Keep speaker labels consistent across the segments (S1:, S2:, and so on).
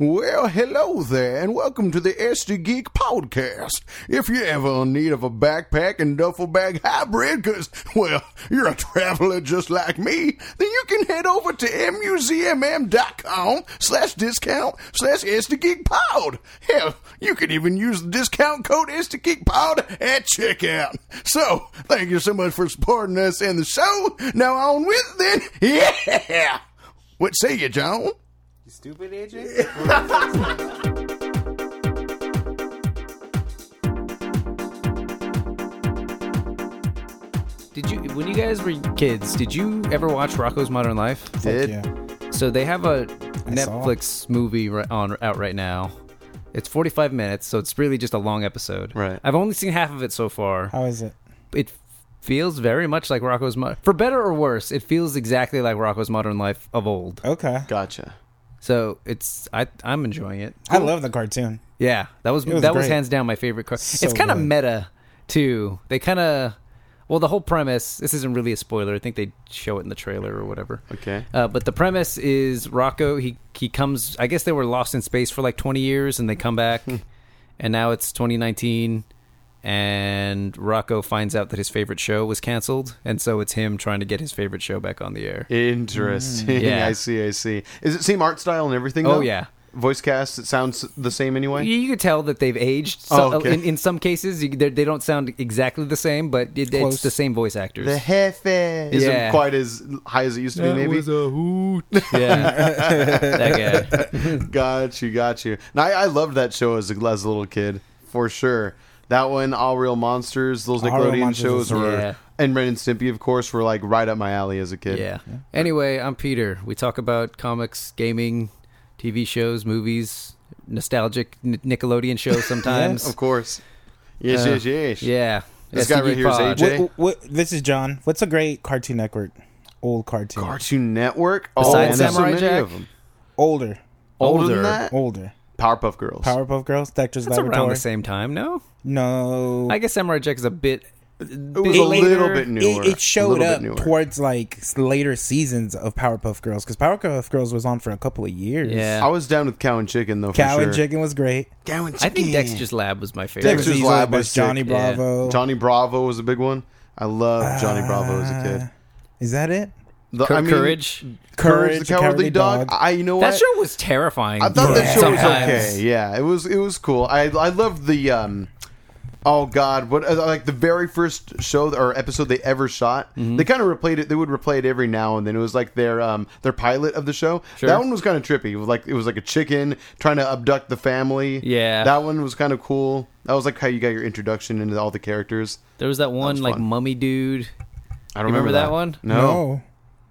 S1: Well, hello there, and welcome to the SD Geek Podcast. If you're ever in need of a backpack and duffel bag hybrid, because, well, you're a traveler just like me, then you can head over to MUZMM.com slash discount slash SD Geek Pod. Hell, you can even use the discount code SD Geek Pod at checkout. So, thank you so much for supporting us and the show. Now on with then, yeah! What say you, John?
S2: You stupid AJ?
S3: Did you, when you guys were kids, did you ever watch Rocco's Modern Life?
S1: Did-
S2: yeah.
S3: So they have a
S2: saw.
S3: Netflix movie ri- on out right now. It's 45 minutes, so it's really just a long episode.
S4: Right.
S3: I've only seen half of it so far.
S2: How is it?
S3: It feels very much like Rocco's Modern For better or worse, it feels exactly like Rocco's Modern Life of old.
S2: Okay.
S4: Gotcha.
S3: So it's I I'm enjoying it.
S2: I love the cartoon.
S3: Yeah, that was,
S2: was
S3: that was
S2: great.
S3: hands down my favorite. Car-
S2: So
S3: it's kind of
S2: good.
S3: meta too. They kind of well, the whole premise. This isn't really a spoiler. I think they show it in the trailer or whatever.
S4: Okay.
S3: Uh, but the premise is Rocco. He he comes. I guess they were lost in space for like 20 years, and they come back, and now it's 2019, and Rocco finds out that his favorite show was canceled, and so it's him trying to get his favorite show back on the air.
S2: Mm.
S4: Interesting.
S3: Yeah.
S4: I see. I see. Is it same art style and everything?
S3: Oh,
S4: though?
S3: yeah.
S4: Voice cast. It sounds the same anyway.
S3: You, you could tell that they've aged. So,
S4: Oh, okay.
S3: in, in some cases, you, they they don't sound exactly the same, but it,
S2: Close.
S3: it's the same voice actors.
S4: The jefe isn't
S3: Yeah.
S4: quite as high as it used to be. Maybe.
S3: a hoot. Yeah, that guy.
S4: got you. Got you. And I, I loved that show as a, as a little kid for sure. That one, All Real Monsters. Those
S2: All Real
S4: Nickelodeon
S2: Monsters
S4: shows
S2: is-
S4: were.
S3: Yeah.
S4: And Ren and Stimpy, of course, were like right up my alley as a kid.
S3: Yeah. Anyway, I'm Peter. We talk about comics, gaming, TV shows, movies, nostalgic N- Nickelodeon shows sometimes.
S4: Of course. Yes,
S3: Uh,
S4: yes, yes.
S3: Yeah.
S4: This guy right here is
S3: SCG pod.
S4: AJ. Jay?
S2: What, what, this is John. What's a great Cartoon Network? Old cartoon.
S4: Cartoon Network.
S3: Besides
S4: oh, man, there's
S3: Samurai
S4: so many
S3: Jack?
S4: of them.
S2: older.
S4: Older, than
S3: Older.
S4: that?
S2: Older.
S4: Powerpuff Girls.
S2: Powerpuff Girls, Dexter's
S3: Uh, That's around
S2: Laboratory.
S3: the same time, no?
S2: No.
S3: I guess Samurai Jack is a bit.
S4: it was a little bit newer.
S2: It, it showed
S4: a little
S2: up
S4: bit newer.
S2: towards like s- later seasons of Powerpuff Girls because Powerpuff Girls was on for a couple of years.
S3: Yeah.
S4: I was down with Cow and Chicken though. For
S2: Cow
S4: sure.
S2: and Chicken was great.
S4: Cow and
S3: I think Dexter's Lab was my favorite.
S4: Dexter's
S2: Easily
S4: Lab
S2: the
S4: was
S2: best. Johnny
S3: sick, yeah.
S2: Bravo.
S4: Johnny Bravo was a big one. I loved Johnny Bravo as a kid.
S2: Is that it?
S4: The,
S3: Cur-
S4: I mean,
S3: Courage.
S4: Courage, the Cowardly Dog. I, you know what?
S3: That show was terrifying.
S4: I thought that show
S3: sometimes.
S4: was okay. Yeah, it was. It was cool. I I loved the. um Oh God! What uh, like the very first show or episode they ever shot?
S3: Mm-hmm.
S4: They kind of replayed it. They would replay it every now and then. It was like their um their pilot of the show.
S3: Sure.
S4: That one was kind of trippy. It was Like it was like a chicken trying to abduct the family.
S3: Yeah.
S4: that one was kind of cool. That was like how you got your introduction into all the characters.
S3: There was that one
S4: was
S3: like
S4: fun.
S3: mummy dude.
S4: I don't
S3: You remember that one?
S4: No,
S2: No.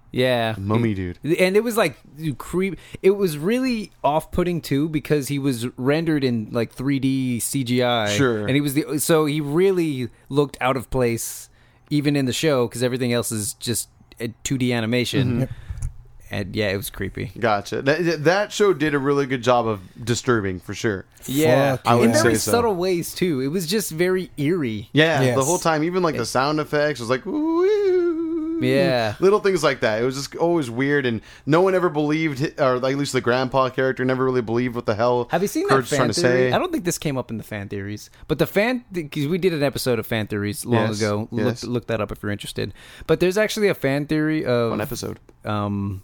S3: Yeah.
S4: mummy dude.
S3: and it was like creep it was really off-putting too because he was rendered in like 3d cgi
S4: Sure.
S3: and he was the so he really looked out of place even in the show because everything else is just a 2d animation
S4: Mm-hmm.
S3: and yeah it was creepy
S4: Gotcha. That, that show did a really good job of disturbing for sure.
S3: yeah
S2: I
S3: in
S2: would
S3: very
S4: say so.
S3: subtle ways too it was just very eerie
S4: Yeah,
S2: Yes.
S4: the whole time, even like the sound effects was like, "Ooh."
S3: Yeah.
S4: little things like that. It was just always weird, and no one ever believed, hi- or like, at least the grandpa character never really believed what the hell.
S3: Have you seen
S4: Kurt's
S3: that
S4: trying
S3: fan
S4: to
S3: theory?
S4: say.
S3: I don't think this came up in the fan theories, but the fan because we did an episode of fan theories long
S4: Yes,
S3: ago. Look,
S4: yes.
S3: look that up if you're interested. But there's actually a fan theory of
S4: One episode.
S3: um,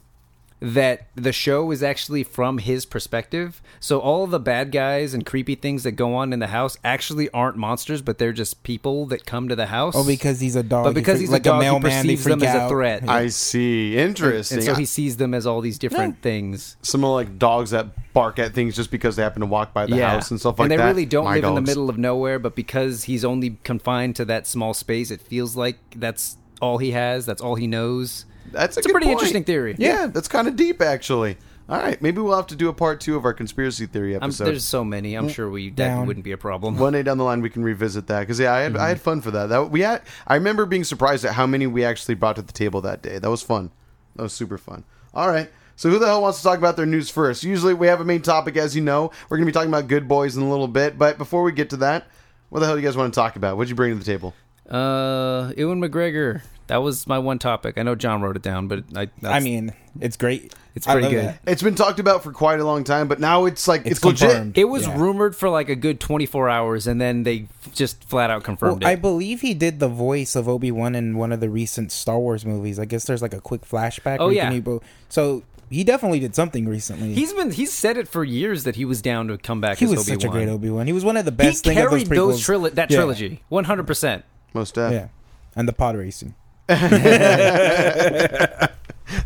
S3: that the show is actually from his perspective. So all the bad guys and creepy things that go on in the house actually aren't monsters, but they're just people that come to the house.
S2: Oh, because he's a dog.
S3: but
S2: he
S3: because
S2: freak-
S3: he's
S2: like
S3: a dog, he
S2: mailman, they
S3: perceives them
S2: freak
S3: as a
S2: out.
S3: threat.
S4: I see. Interesting.
S3: and so he sees them as all these different things.
S4: Some of like dogs that bark at things just because they happen to walk by the house and stuff like
S3: they
S4: that.
S3: really don't
S4: My
S3: live in the
S4: dogs.
S3: middle of nowhere, but because he's only confined to that small space, it feels like that's all he has. That's all he knows.
S4: That's a,
S3: It's a
S4: good
S3: pretty
S4: point.
S3: interesting theory.
S4: Yeah, that's kind of deep, actually. All right, maybe we'll have to do a part two of our conspiracy theory
S3: I'm,
S4: episode.
S3: Um, there's so many. I'm sure we that
S2: Down.
S3: wouldn't be a problem.
S4: One day down the line, we can revisit that because yeah, I had, I
S3: Mm-hmm.
S4: had fun for that. That we had. I remember being surprised at how many we actually brought to the table that day. That was fun. That was super fun. All right. So who the hell wants to talk about their news first? Usually we have a main topic, as you know. We're gonna be talking about Good Boys in a little bit, but before we get to that, what the hell do you guys want to talk about? What'd you bring to the table?
S3: Uh, Ewan McGregor That was my one topic. I know John wrote it down, but I.
S2: I
S3: that's-
S2: mean, it's great.
S3: It's
S2: I
S3: pretty
S2: love
S3: good.
S2: that.
S4: It's been talked about for quite a long time, but now it's like it's,
S2: It's
S4: legit.
S2: confirmed.
S3: it was
S2: Yeah.
S3: rumored for like a good 24 hours, and then they just flat out confirmed
S2: Well, I
S3: it.
S2: believe he did the voice of Obi Wan in one of the recent Star Wars movies. I guess there's like a quick flashback.
S3: Oh,
S2: where you can
S3: yeah.
S2: ebo- so he definitely did something recently.
S3: he's been he's said it for years that he was down to come back.
S2: he
S3: as
S2: was
S3: Obi-Wan.
S2: such a great Obi Wan. He was one of the
S3: He
S2: best thing of those
S3: carried
S2: prequels.
S3: those trilo- that
S2: Yeah.
S3: trilogy 100. percent
S4: Most def.
S2: Yeah, and the pod racing.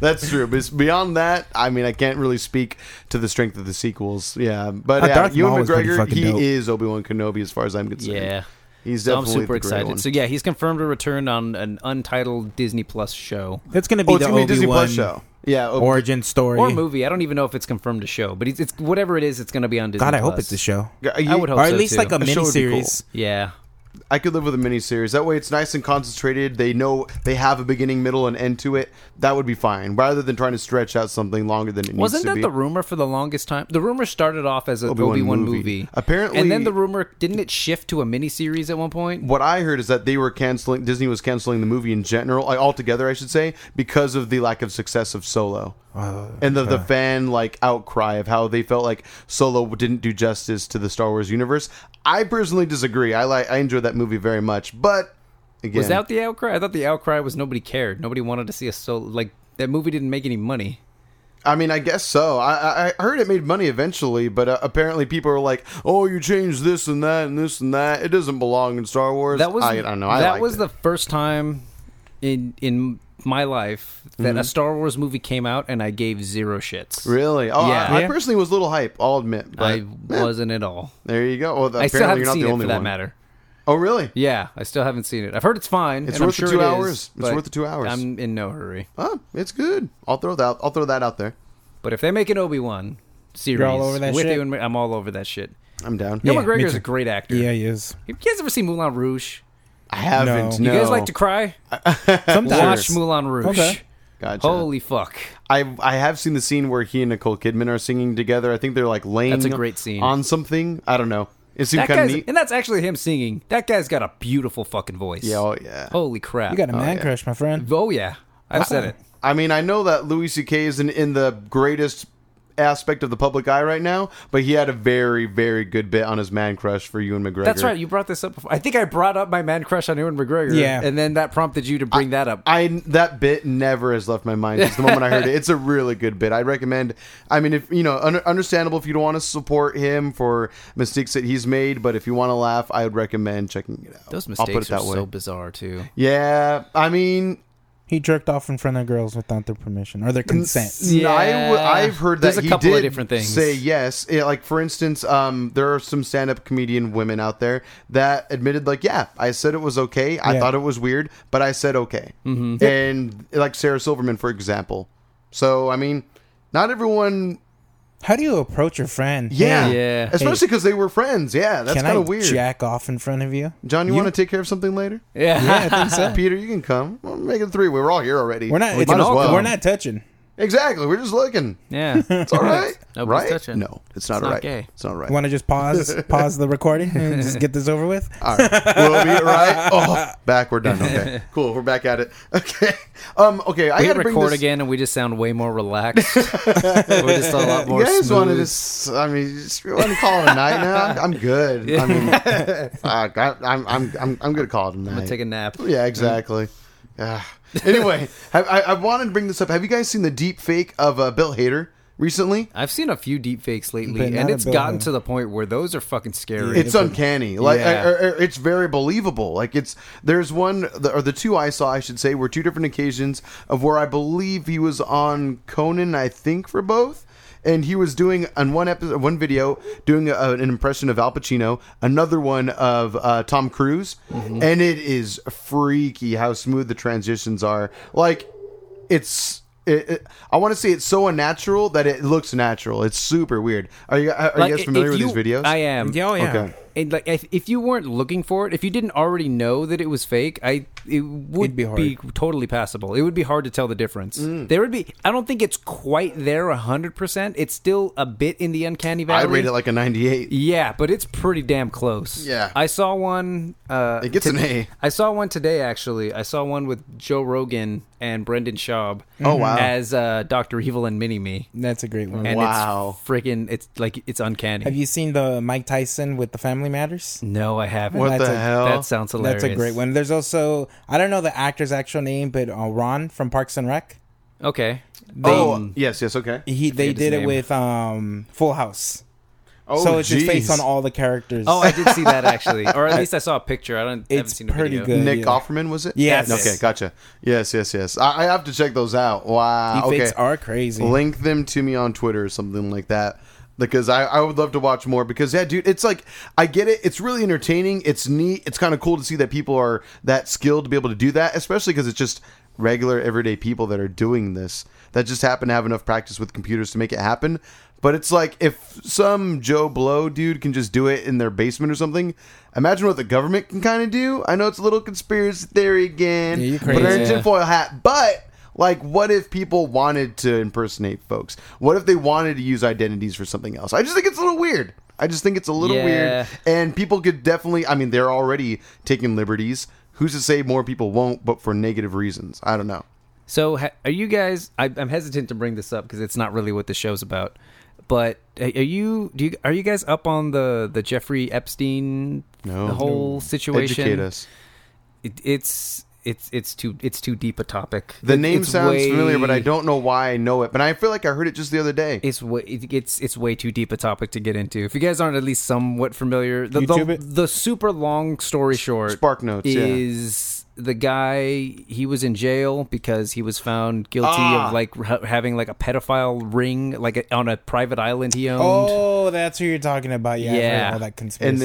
S4: That's true. But it's beyond that, I mean, I can't really speak to the strength of the sequels. Yeah, but
S2: Uh,
S4: yeah,
S2: Darth
S4: Ewan
S2: Maul was pretty
S4: McGregor,
S2: fucking
S4: he
S2: dope.
S4: is Obi Wan Kenobi, as far as I'm concerned.
S3: Yeah.
S4: he's
S3: So I'm
S4: definitely
S3: super
S4: the great
S3: excited.
S4: One.
S3: So yeah, he's confirmed a return on an untitled Disney Plus show
S2: It's gonna be
S4: oh, it's
S2: the
S4: gonna be a
S2: Obi
S4: Disney
S2: Wan
S4: Plus show. Yeah, Obi-
S2: origin story.
S3: or movie. I don't even know if it's confirmed a show, but it's, it's whatever it is. It's going to be on Disney.
S2: God, I hope it's
S3: Plus.
S2: a show,
S3: I would hope
S2: or at
S3: so,
S2: least
S3: too.
S2: like a
S4: A show
S2: mini
S4: would be
S2: series.
S3: Yeah,
S4: I could live with a miniseries. That way, it's nice and concentrated. They know they have a beginning, middle, and end to it. That would be fine, rather than trying to stretch out something longer than it
S3: Wasn't
S4: needs to
S3: that
S4: be.
S3: the rumor for the longest time? The rumor started off as an
S4: Obi-Wan
S3: Obi-Wan,
S4: movie.
S3: movie.
S4: Apparently-
S3: and then the rumor didn't it shift to a miniseries at one point?
S4: what I heard is that they were canceling Disney was canceling the movie in general, like, altogether, I should say, because of the lack of success of Solo and the, the fan like outcry of how they felt like Solo didn't do justice to the Star Wars universe. I personally disagree. I like I enjoyed that movie very much, but again,
S3: Was that the outcry? I thought the outcry was nobody cared. Nobody wanted to see a solo. Like that movie didn't make any money.
S4: I mean, I guess so. I, I- I heard it made money eventually, but uh, apparently people are like, "Oh, you changed this and that and this and that. It doesn't belong in Star Wars."
S3: That was
S4: I, I don't know. I
S3: that
S4: liked
S3: was
S4: it.
S3: the first time in in my life that
S4: Mm-hmm.
S3: a Star Wars movie came out and I gave zero shits.
S4: really. Oh,
S3: Yeah.
S4: I, I
S2: Yeah.
S4: personally was a little hype. I'll admit. But
S3: I wasn't at all.
S4: there you go. Well,
S3: I
S4: apparently
S3: still haven't
S4: you're not
S3: seen
S4: the
S3: it
S4: only
S3: for that
S4: one.
S3: matter.
S4: Oh, really?
S3: Yeah, I still haven't seen it. I've heard it's fine.
S4: It's
S3: and I'm
S4: worth the
S3: sure
S4: two
S3: it is,
S4: hours. It's
S3: but
S4: worth the two hours.
S3: I'm in no hurry.
S4: Oh, it's good. I'll throw that. I'll throw that out there.
S3: But if they make an Obi Wan series
S2: You're all over that
S3: with
S2: shit?
S3: Ewan, I'm all over that shit.
S4: I'm down.
S2: Yeah,
S3: Ewan
S2: me
S3: McGregor's
S2: too.
S3: a great actor.
S2: Yeah, he is.
S3: You guys ever seen Moulin Rouge?
S4: I haven't.
S2: No.
S4: No.
S3: You guys like to cry?
S2: Sometimes
S3: Watch Moulin Rouge.
S2: Okay.
S4: Gotcha.
S3: Holy fuck!
S4: I I have seen the scene where he and Nicole Kidman are singing together. I think they're like laying.
S3: That's a great scene.
S4: on something. I don't know. It seemed
S3: That
S4: kind of
S3: guy's
S4: neat.
S3: and that's actually him singing. That guy's got a beautiful fucking voice.
S4: Yeah. Oh yeah.
S3: Holy crap!
S2: you got a man
S4: yeah.
S2: crush, my friend.
S3: oh yeah, I've said it.
S4: I mean, I know that Louis C.K. isn't in the greatest aspect of the public eye right now, but he had a very, very good bit on his man crush for Ewan McGregor.
S3: That's right. You brought this up before. I think I brought up my man crush on Ewan McGregor.
S2: Yeah.
S3: and then that prompted you to bring that up.
S4: I that bit never has left my mind since the moment I heard it. It's a really good bit. I recommend. I mean, if you know, un- understandable if you don't want to support him for mistakes that he's made, but if you want to laugh, I would recommend checking it out.
S3: Those
S4: I'll
S3: mistakes
S4: put it that
S3: are
S4: way.
S3: so bizarre too.
S4: yeah, I mean,
S2: He jerked off in front of girls without their permission or their consent.
S4: Yeah. I w-
S3: Yeah.
S4: I've heard that
S3: There's a
S4: he
S3: couple of
S4: did
S3: different things.
S4: say yes. Yeah, like for instance, um, there are some stand-up comedian women out there that admitted, like, yeah, I said it was okay. I
S2: Yeah.
S4: thought it was weird, but I said okay. Mm-hmm. And like Sarah Silverman, for example. So I mean, not everyone.
S2: How do you approach your friend?
S4: Yeah,
S3: Yeah.
S4: Especially because they were friends. Yeah, that's
S2: Can
S4: kind
S2: I
S4: of weird.
S2: jack off in front of you?
S4: John, you, want to take care of something later?
S3: Yeah,
S2: Yeah, I think so.
S4: Peter, you can come. We'll make it three. We're all here already.
S2: We're not.
S4: We
S2: it's-
S4: might as well.
S2: We're not touching.
S4: Exactly. We're just looking.
S3: yeah.
S4: It's all right.
S3: Nobody's
S4: right?
S3: touching.
S4: No, it's not
S3: It's
S4: all
S3: not
S4: right.
S3: gay.
S4: It's not all right.
S2: Want to just pause pause the recording and just get this over with?
S4: All right. We'll be right. Oh, back. We're done. Okay. Cool. We're back at it. Okay. Um. Okay. I
S3: We
S4: got to bring
S3: record
S4: this.
S3: again, and we just sound way more relaxed. We're just a lot more
S4: you guys
S3: smooth.
S4: wanted to? s- I mean, just want to call it a night now. I'm, I'm good. I mean, fuck, I, I'm I'm I'm I'm gonna call it a night.
S3: take a nap.
S4: Yeah. Exactly. Ah. Anyway, have, I, I wanted to bring this up. Have you guys seen the deep fake of uh, Bill Hader recently?
S3: I've seen a few deep fakes lately,
S2: But
S3: and
S2: not a
S3: it's
S2: Bill
S3: gotten
S2: Hader.
S3: to the point where those are fucking scary.
S4: it's uncanny. Like
S3: Yeah.
S4: or- or- or it's very believable. Like it's there's one the- or the two I saw I should say were two different occasions of where I believe he was on Conan I think for both. And he was doing on one episode, one video, doing a, an impression of Al Pacino, another one of uh, Tom Cruise,
S3: Mm-hmm.
S4: and it is freaky how smooth the transitions are. Like, it's It, it, I want to say it's so unnatural that it looks natural. It's super weird. Are you are
S3: Like,
S4: you
S3: if
S4: guys familiar with
S3: you-
S4: these videos?
S3: I am.
S2: Yeah, oh, yeah.
S4: Okay.
S3: And like, if, if you weren't looking for it, if you didn't already know that it was fake, I it would
S2: It'd be
S3: be,
S2: hard.
S3: totally passable. It would be hard to tell the difference.
S4: Mm.
S3: There would be. I don't think it's quite there hundred percent. It's still a bit in the uncanny
S4: I
S3: valley.
S4: rate it like a 98.
S3: yeah, but it's pretty damn close.
S4: Yeah.
S3: I saw one. Uh,
S4: It gets an A.
S3: I saw one today actually. I saw one with Joe Rogan and Brendan Schaub.
S4: Oh, wow.
S3: As uh, Doctor Evil and Mini Me.
S2: That's a great one.
S3: And
S4: Wow.
S3: it's freaking. It's like it's uncanny.
S2: Have you seen the Mike Tyson with the Family Matters?
S3: no, I haven't.
S4: What
S2: That's
S4: the
S2: a-
S4: hell?
S3: That sounds hilarious.
S2: That's a great one. There's also I don't know the actor's actual name, but uh, Ron from Parks and Rec.
S3: Okay.
S4: oh yes, yes, okay.
S2: He they
S3: his
S2: did it
S3: name.
S2: with um, Full House.
S4: Oh,
S2: so it's his
S4: jeez. Uh,
S2: face on all the characters.
S3: Oh, I did see that actually, or at least I saw a picture. I don't. I haven't
S2: It's
S3: seen the
S2: pretty
S3: video.
S2: good.
S4: Nick
S2: Yeah.
S4: Offerman was it?
S2: Yes.
S4: Okay, gotcha. Yes, yes, yes. I, I have to check those out. Wow.
S2: deepfakes
S4: okay.
S2: are crazy.
S4: Link them to me on Twitter or something like that. Because I, I would love to watch more because yeah, dude, it's like I get it. It's really entertaining. It's neat. It's kind of cool to see that people are that skilled to be able to do that, especially because it's just regular everyday people that are doing this that just happen to have enough practice with computers to make it happen. But it's like if some Joe Blow dude can just do it in their basement or something, imagine what the government can kind of do. I know it's a little conspiracy theory again,
S2: Yeah, you're
S4: but our
S2: crazy.
S4: tin tinfoil hat, but like, what if people wanted to impersonate folks? What if they wanted to use identities for something else? I just think it's a little weird. I just think it's a little
S3: Yeah.
S4: weird, and people could definitely. I mean, they're already taking liberties. Who's to say more people won't, but for negative reasons? I don't know.
S3: So, ha- are you guys? I, I'm hesitant to bring this up because it's not really what the show's about. But are are you? Do you? Are you guys up on the the Jeffrey Epstein?
S4: No.
S3: The whole situation.
S4: Educate us.
S3: It, it's it's it's too it's too deep a topic.
S4: The
S3: It-
S4: name
S3: it's
S4: sounds
S3: way-
S4: familiar, but I don't know why I know it. But I feel like I heard it just the other day.
S3: It's way it- it's it's way too deep a topic to get into. If you guys aren't at least somewhat familiar, the
S2: YouTube
S3: the,
S2: it?
S3: the super long story short,
S4: Spark notes, yeah.
S3: is the guy he was in jail because he was found guilty
S4: Ah.
S3: of like ha- having like a pedophile ring like a, on a private island he owned,
S2: Oh, that's who you're talking about. Yeah, I've heard
S3: Yeah.
S2: all that conspiracy.
S4: and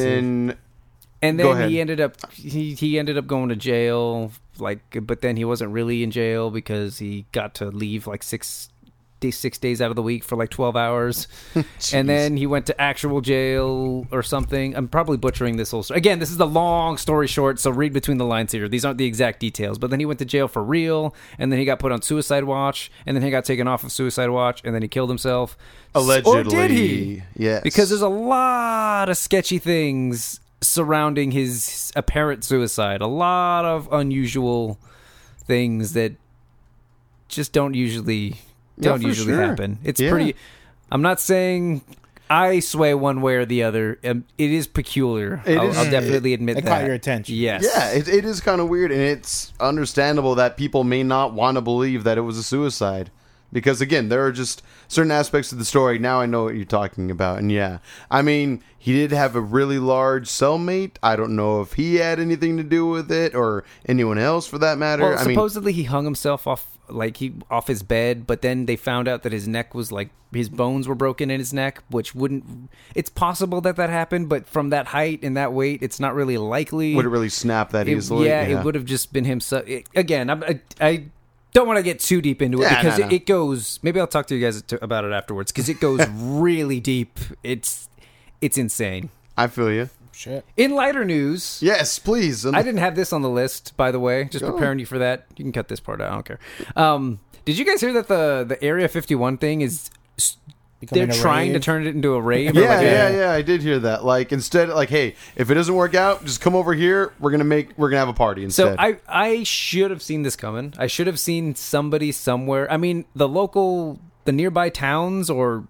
S4: then
S3: and
S4: go
S3: then
S4: ahead.
S3: he ended up he he ended up going to jail like, but then he wasn't really in jail because he got to leave like six. day- Six days out of the week for like twelve hours, and then he went to actual jail or something. I'm probably butchering this whole story. Again, this is the long story short, so read between the lines here. These aren't the exact details, but then he went to jail for real, and then he got put on suicide watch, and then he got taken off of suicide watch, and then he killed himself. S- or did he?
S4: Allegedly, Oh, yes.
S3: Because there's a lot of sketchy things surrounding his apparent suicide. A lot of unusual things that just don't usually don't
S4: for
S3: usually
S4: sure.
S3: happen. It's
S4: Yeah.
S3: pretty. I'm not saying I sway one way or the other. Um, It is peculiar.
S4: It
S3: I'll,
S4: is-
S3: I'll definitely admit
S2: It
S3: that.
S2: caught your attention.
S3: Yes.
S4: Yeah, it, it is kind of weird, and it's understandable that people may not want to believe that it was a suicide. Because again, there are just certain aspects of the story. Now I know what you're talking about. And yeah, I mean, he did have a really large cellmate. I don't know if he had anything to do with it or anyone else for that matter.
S3: Well,
S4: I mean,
S3: supposedly he hung himself off like he off his bed, but then they found out that his neck was like his bones were broken in his neck, which wouldn't. It's possible that that happened, but from that height and that weight, it's not really likely.
S4: would it really snap that
S3: It-
S4: easily?
S3: yeah, it would have just been him. Su- it- again, I'm, I, I don't want to get too deep into it
S4: Yeah,
S3: because
S4: no,
S3: It,
S4: no.
S3: it goes. Maybe I'll talk to you guys to, about it afterwards because it goes really deep. It's it's insane.
S4: I feel you.
S2: Shit.
S3: In lighter news,
S4: Yes, please.
S3: I didn't have this on the list, by the way. Just
S4: Go.
S3: preparing you for that. You can cut this part out. I don't care. Um, did you guys hear that the the Area 51 thing is? s-
S2: Becoming
S3: they're
S2: a
S3: trying to
S2: rave.
S3: turn it into a rave. or
S4: Yeah,
S3: like a-
S4: yeah, yeah. I did hear that. Like instead, like, hey, if it doesn't work out, just come over here. We're gonna make. We're gonna have a party
S3: So
S4: instead.
S3: I I should have seen this coming. I should have seen somebody somewhere. I mean, the local, the nearby towns or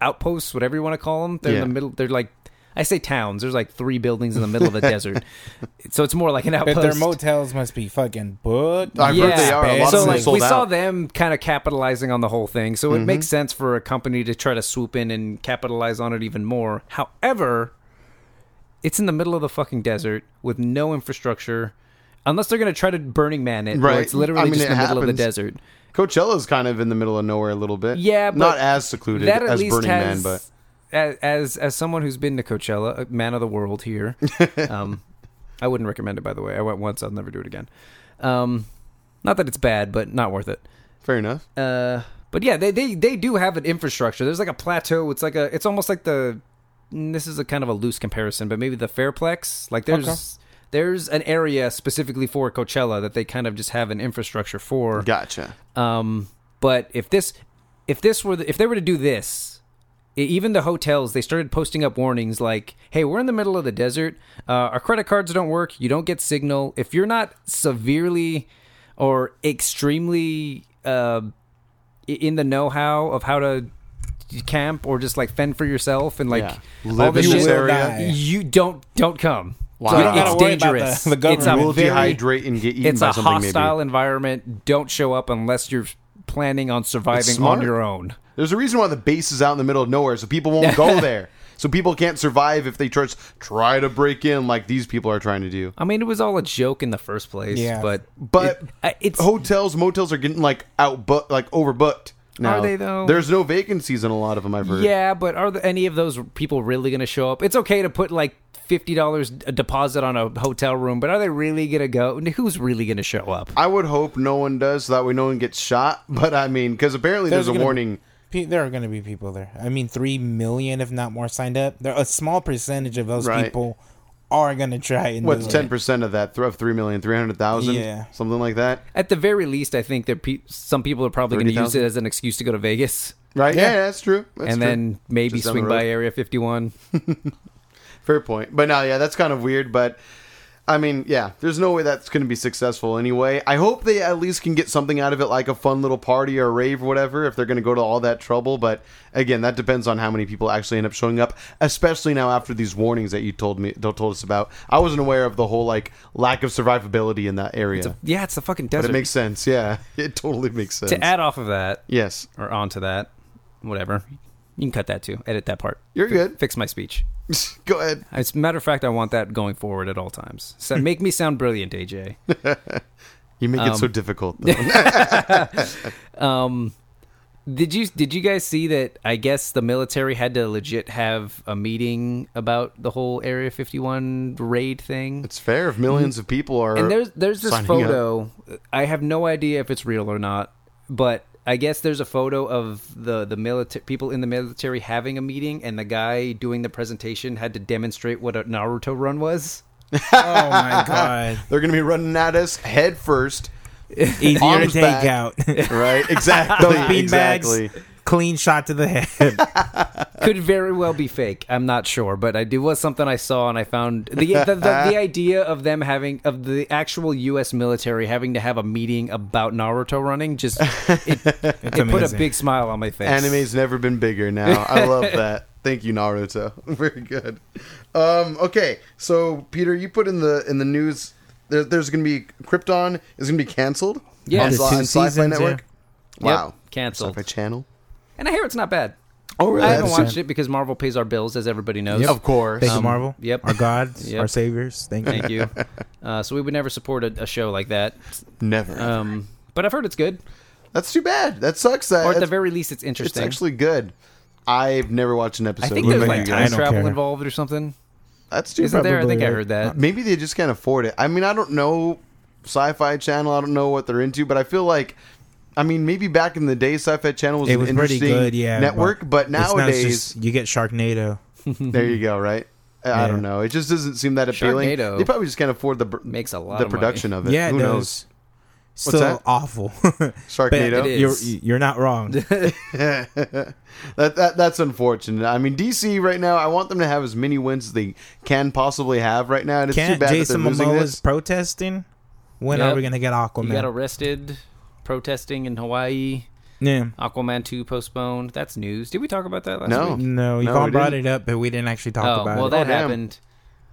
S3: outposts, whatever you want to call them. They're in
S4: Yeah.
S3: the middle. They're like. I say towns. There's like three buildings in the middle of the desert, so it's more like an
S2: But
S3: outpost.
S2: their motels must be fucking booked.
S4: I've heard they are. A lot of
S3: so
S4: them are
S3: like
S4: sold
S3: we
S4: out. Mm-hmm.
S3: saw them kind of capitalizing on the whole thing, so it makes sense for a company to try to swoop in and capitalize on it even more. However, it's in the middle of the fucking desert with no infrastructure, unless they're going to try to Burning Man it. Right?
S4: Right.
S3: It's literally
S4: I mean,
S3: just in the
S4: it
S3: middle of the
S4: happens.
S3: desert.
S4: Coachella's kind of in the middle of nowhere a little bit.
S3: Yeah, but
S4: not as secluded
S3: that at
S4: as
S3: least
S4: Burning Man,
S3: has,
S4: but
S3: as, as as someone who's been to Coachella, a man of the world here. um, I wouldn't recommend it, by the way. I went once. I'll never do it again. Um, not that it's bad, but not worth it.
S4: Fair enough.
S3: Uh, but yeah, they, they they do have an infrastructure. There's like a plateau. It's like a. It's almost like the. mm, This is a kind of a loose comparison, but maybe the Fairplex. Like there's there's an area specifically for Coachella that they kind of just have an infrastructure for.
S4: Gotcha.
S3: Um, but if this if this were the, if they were to do this, e- even the hotels they started posting up warnings like, "Hey, we're in the middle of the desert. Uh, our credit cards don't work. You don't get signal. If you're not severely or extremely uh, i- in the know-how of how to camp or just like fend for yourself and like
S4: Yeah.
S3: all
S4: Live
S3: this
S4: in this
S3: shit,
S4: area.
S2: die.
S3: you don't don't come.
S4: Wow. You don't
S2: gotta
S3: It's
S2: worry about
S3: dangerous.
S2: the- the
S3: It's a
S2: government.
S4: We'll
S3: very-
S4: dehydrate and get eaten
S3: it's
S4: by
S3: a
S4: something.
S3: hostile
S4: Maybe.
S3: environment. Don't show up unless you're planning on surviving
S4: smart.
S3: on your own.
S4: There's a reason why the base is out in the middle of nowhere, so people won't go there. So people can't survive if they try try to break in like these people are trying to do.
S3: I mean, it was all a joke in the first place,
S2: Yeah.
S3: but
S4: But
S3: it- uh, it's
S4: hotels, motels are getting like out, but like overbooked. Now.
S3: they, though?
S4: There's no vacancies in a lot of them. I've heard.
S3: yeah. But are the, any of those people really going to show up? It's okay to put like fifty dollars a deposit on a hotel room, but are they really going to go? And Who's really going to show up?
S4: I would hope no one does, so that way no one gets shot. But I mean, because apparently there's, a
S2: gonna-
S4: warning.
S2: Pe- there are going to be people there. I mean, three million, if not more, signed up. There, a small percentage of those
S4: Right.
S2: people are going to try and do
S4: What's
S2: it.
S4: ten percent of that? Th- Of three million, three hundred thousand,
S2: Yeah.
S4: something like that,
S3: At the very least, I think that pe- some people are probably going to use
S4: 30,000?
S3: it as an excuse to go to Vegas
S4: right? Yeah,
S2: Yeah.
S4: that's true. That's
S3: and
S4: true.
S3: then maybe
S4: Just down the
S3: swing by
S4: road.
S3: Area Fifty One.
S4: fair point. But no, yeah, that's kind of weird. But I mean, yeah, there's no way that's going to be successful anyway. I hope they at least can get something out of it, like a fun little party or a rave or whatever, if they're going to go to all that trouble. But again, that depends on how many people actually end up showing up, especially now after these warnings that you told me told us about. I wasn't aware of the whole like lack of survivability in that area.
S3: Yeah, it's the fucking desert.
S4: It makes sense. Yeah, it totally makes sense.
S3: to add off of that
S4: yes,
S3: or onto that, whatever. You can cut that too. Edit that part.
S4: You're
S3: Fi-
S4: good.
S3: Fix my speech.
S4: go ahead.
S3: As a matter of fact, I want that going forward at all times. So make me sound brilliant, AJ.
S4: You make it
S3: Um,
S4: so difficult. though.
S3: Um, did you did you guys see that? I guess the military had to legit have a meeting about the whole Area 51 raid thing.
S4: it's fair if millions of people are.
S3: and there's there's this
S4: signing
S3: photo. I have no idea if it's real or not, but I guess there's a photo of the the military people in the military having a meeting, and the guy doing the presentation had to demonstrate what a Naruto run was.
S2: Oh my god!
S4: They're going to be running at us head first,
S2: Easier to
S4: Arms
S2: take
S4: back.
S2: out.
S4: right? Exactly.
S2: Those bean bags,
S4: exactly.
S2: clean shot to the head.
S3: could very well be fake. I'm not sure, but I, it was something I saw, and I found the the, the the idea of them having of the actual U.S. military having to have a meeting about Naruto running just it, it put a
S2: amazing.
S3: big smile on my face.
S4: Anime's never been bigger now. I love that. Thank you, Naruto. Very good. Um, okay, so Peter, you put in the in the news. There, there's going to be Krypton is going to be canceled.
S3: Yeah,
S4: on,
S3: the
S4: Sci-
S2: two
S4: on Sci-Fi
S2: seasons,
S4: Network.
S3: Yep,
S4: Wow,
S3: canceled.
S4: Sci-Fi Channel.
S3: And I hear it's not bad.
S4: Oh, really?
S3: I haven't
S4: That's-
S3: watched it because Marvel pays our bills, as everybody knows.
S4: Of course.
S2: Thank you, Marvel.
S3: Um, yep.
S2: Our gods,
S3: Yep.
S2: our saviors. Thank you.
S3: Thank you. Uh, so we would never support a, a show like that.
S4: Never.
S3: Um, but I've heard it's good,
S4: That's too bad. That sucks. That
S3: or at the
S4: that's-
S3: very least, it's
S4: it's
S3: interesting.
S4: actually good. I've never watched an
S3: I
S4: episode.
S3: think
S4: What
S3: there's
S4: about
S3: like
S4: you
S2: I
S3: time
S4: guys?
S2: don't
S3: travel
S2: care.
S3: involved or something.
S4: That's too
S3: Isn't
S4: bad.
S3: there? I think I
S2: Probably,
S3: heard that.
S4: Maybe they just can't afford it. I mean, I don't know Sci-Fi Channel. I don't know what they're into, but I feel like, I mean, maybe back in the day, Sci-Fi Channel was,
S2: It was
S4: an
S2: pretty
S4: interesting
S2: good, yeah.
S4: network. But,
S2: it's not- it's
S4: nowadays,
S2: just- you get Sharknado.
S4: there you go, right? I I don't
S2: Yeah.
S4: know. It just doesn't seem that appealing.
S3: Sharknado
S4: They probably just can't afford the br-
S3: makes a lot
S4: the
S3: of money.
S4: production of it.
S2: Yeah, it
S4: Who
S2: does.
S4: knows?
S2: Still
S4: that?
S2: awful.
S4: Sharknado?
S3: It
S2: You're,
S3: is.
S2: you're not wrong.
S4: That, that that's unfortunate. I mean, DC right now. I want them to have as many wins as they can possibly have right now, and it's too
S2: Can't
S4: bad
S2: Jason
S4: that they're losing
S2: Momoa
S4: this.
S2: is protesting? When
S3: Yep.
S2: are we gonna get
S3: He
S2: Aquaman?
S3: got arrested protesting in Hawaii.
S2: yeah.
S3: Aquaman 2 postponed. That's news. Did we talk about that last
S4: No.
S3: week?
S2: No,
S4: No,
S2: you've
S4: we
S2: all brought
S4: didn't.
S2: it up, but we didn't actually talk
S3: Oh,
S2: about
S3: well,
S2: it.
S3: that
S4: Oh, damn.
S3: happened.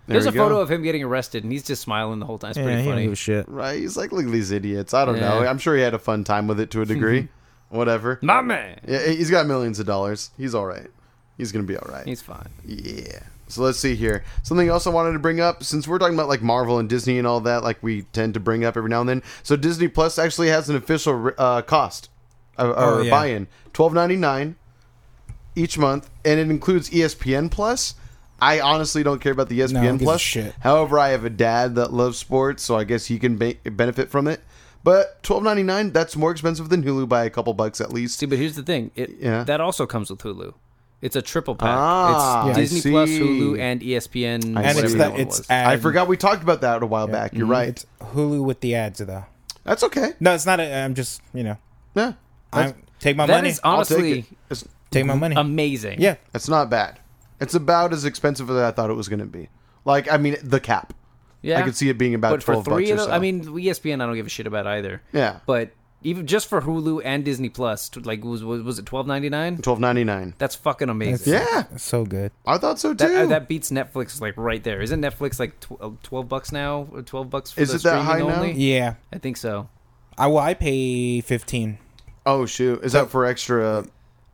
S4: There
S3: There's
S4: we
S3: a photo
S4: go.
S3: of him getting arrested, and he's just smiling the whole time. It's
S2: yeah,
S3: pretty
S2: he don't
S3: funny.
S2: give a shit.
S4: Right? He's like, look at these idiots. I don't know.
S3: Yeah.
S4: I'm sure he had a fun time with it to a degree. Whatever.
S3: My man.
S4: Yeah, he's got millions of dollars. He's all right. He's gonna be all right.
S3: He's fine.
S4: yeah. So let's see here. Something else I wanted to bring up since we're talking about like Marvel and Disney and all that, like we tend to bring up every now and then. So Disney Plus actually has an official uh, cost uh, or
S2: Oh, yeah.
S4: buy-in, twelve ninety nine each month, and it includes E ESPN Plus. I honestly don't care about the E
S2: who
S4: ESPN
S2: gives a
S4: Plus.
S2: shit?
S4: However, I have a dad that loves sports, so I guess he can ba- benefit from it. But twelve ninety nine, that's more expensive than Hulu by a couple bucks at least.
S3: See, but here's the thing. It
S4: Yeah.
S3: that also comes with Hulu. It's a triple pack.
S4: Ah,
S3: it's
S4: I
S3: Disney Plus,
S4: see.
S3: Hulu, and E ESPN.
S4: I
S2: and
S3: whatever
S2: it's
S3: that
S4: see.
S2: that
S3: one
S2: it's
S3: was.
S2: ad,
S4: I forgot we talked about that a while back. You're right.
S2: Mm, It's Hulu with the ads though.
S4: That's okay.
S2: No, it's not. A, I'm just you know,
S4: Yeah,
S2: I take my
S3: That
S2: money.
S3: is um,
S4: I'll take it.
S3: honestly
S4: It's,
S2: take my money.
S3: amazing.
S2: yeah,
S4: it's not bad. It's about as expensive as I thought it was going to be. Like, I mean, the cap.
S3: yeah.
S4: I could see it being about
S3: But for
S4: twelve
S3: three of
S4: bucks or
S3: those,
S4: so.
S3: I mean, E ESPN, I don't give a shit about either.
S4: Yeah.
S3: But even just for Hulu and Disney Plus, t- like was was, was it twelve ninety nine?
S4: twelve ninety nine.
S3: That's fucking amazing.
S4: Yeah,
S2: so good.
S4: I thought so too.
S3: That, uh, that beats Netflix like right there. Isn't Netflix like tw- uh, twelve bucks now? Or twelve bucks for
S4: Is
S3: the
S4: it that
S3: streaming
S4: high now?
S3: only?
S2: Yeah,
S3: I think so.
S2: I well, I pay fifteen.
S4: oh shoot, is that for extra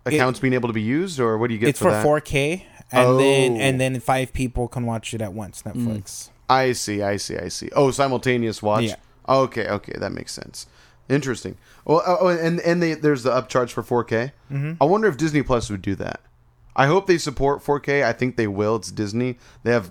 S4: accounts being able to be used, or what do you get
S2: It's
S4: for,
S2: for
S4: that?
S2: four K, and then
S4: Oh.
S2: and then five people can watch it at once. Netflix.
S4: I see, I see, I see. Oh, simultaneous watch.
S2: Yeah.
S4: Okay, okay, that makes sense. Interesting. Well, oh, oh, and and they, there's the upcharge for 4K.
S2: Mm-hmm.
S4: I wonder if Disney Plus would do that. I hope they support 4K. I think they will. It's Disney. They have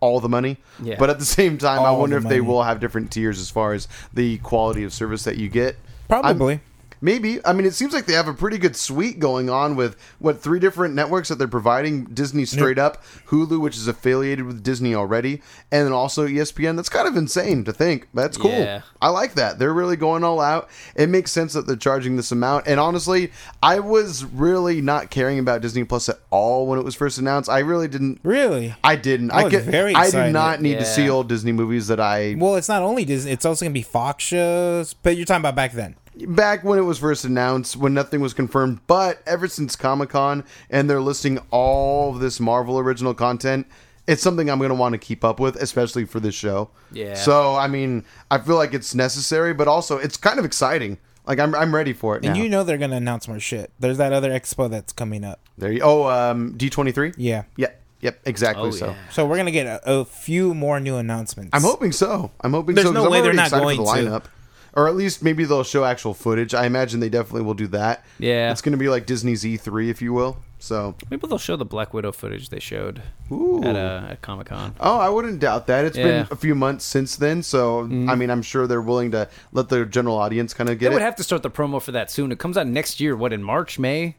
S4: all the money.
S3: Yeah.
S4: But at the same time, I
S2: All
S4: wonder
S2: the
S4: if they
S2: money.
S4: will have different tiers as far as the quality of service that you get. I'm-
S2: Probably.
S4: Maybe. I mean, it seems like they have a pretty good suite going on with what three different networks that they're providing: Disney straight up, Hulu, which is affiliated with Disney already, and then also E ESPN. That's kind of insane to think. That's cool.
S3: Yeah.
S4: I like that. They're really going all out. It makes sense that they're charging this amount. And honestly, I was really not caring about Disney Plus at all when it was first announced. I really didn't.
S2: Really?
S4: I didn't.
S2: I
S4: I,
S2: was
S4: get.
S2: very
S4: I do
S2: excited.
S4: not need to see
S3: Yeah.
S4: old Disney movies that I
S2: Well, it's not only Disney. It's also gonna be Fox shows. But you're talking about back then.
S4: back when it was first announced, when nothing was confirmed, but ever since Comic Con and they're listing all of this Marvel original content, it's something I'm going to want to keep up with, especially for this show.
S3: Yeah.
S4: So, I mean, I feel like it's necessary, but also it's kind of exciting. Like I'm, I'm ready for it now.
S2: And you know they're gonna announce more shit. There's that other expo that's coming up.
S4: there you. Oh, um, D23.
S2: Yeah.
S4: Yep. Yep. Exactly.
S3: Oh,
S4: so.
S3: yeah.
S2: So we're gonna get a, a few more new announcements.
S4: I'm hoping so. I'm hoping
S2: There's
S4: so. 'cause
S2: no
S4: I'm
S2: way they're
S4: already
S2: not
S4: excited for
S2: going to.
S4: the lineup. Or at least maybe they'll show actual footage. I imagine they definitely will do that.
S3: Yeah.
S4: It's going to be like Disney's E3, if you will. So
S3: Maybe they'll show the Black Widow footage they showed
S4: Ooh.
S3: at, uh, at Comic Con.
S4: Oh, I wouldn't doubt that. It's been
S3: Yeah. Mm.
S4: a few months since then, so I mean, I'm sure they're willing to let the general audience kind of
S3: They
S4: get
S3: would
S4: it.
S3: have to start the promo for that soon. It comes out next year. What in March, May?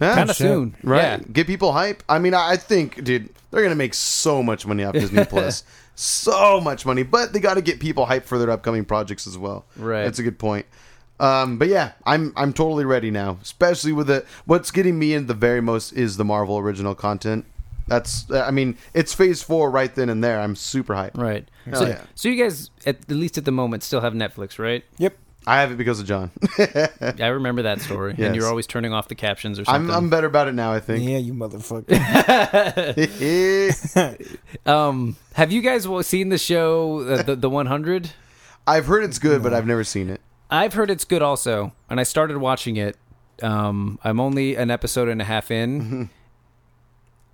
S4: Yeah.
S3: Kind of
S2: shit.
S3: soon,
S4: right?
S3: Yeah.
S4: Get people hype. I mean, I I think, dude, they're gonna make so much money off Disney Plus, so much money. But they got to get people hype for their upcoming projects as well.
S3: Right.
S4: That's a good point. Um, but yeah, I'm I'm totally ready now. Especially with the what's getting me in the very most is the Marvel original content. That's I mean, it's Phase Four right then and there. I'm super hyped.
S3: Right.
S4: Hell
S3: So,
S4: yeah.
S3: so you guys, at, at least at the moment, still have Netflix, right?
S2: Yep.
S4: I have it because of John.
S3: I remember that story.
S4: Eh. Yes.
S3: And you're always turning off the captions or
S4: I'm
S3: something.
S4: I'm better about it now. I think.
S2: Yeah, you motherfucker.
S3: um, have you guys wa- seen the show, uh, the, the 100?
S4: I've heard it's good, but I've never seen it.
S3: I've heard it's good also, and I started watching it. Um, I'm only an episode and a half in,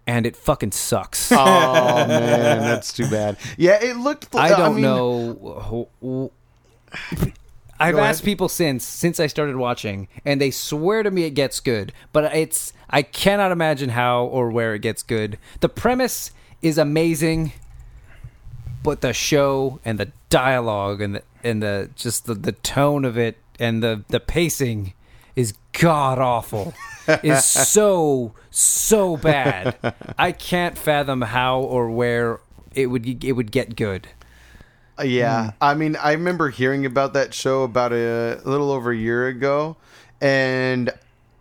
S3: and it fucking sucks.
S4: Mm-hmm. Oh man, that's too bad. Yeah, it looked.
S3: I don't
S4: uh, mean,
S3: know. wh- wh- I've
S4: Go ahead.
S3: asked people since since I started watching, and they swear to me it gets good, but it's I cannot imagine how or where it gets good. The premise is amazing, but the show and the dialogue and the and the just the, the tone of it and the the pacing is god awful. is so so bad. I can't fathom how or where it would it would get good.
S4: uh,
S3: Hmm.
S4: Yeah, I mean, I remember hearing about that show about a, little over a year ago, and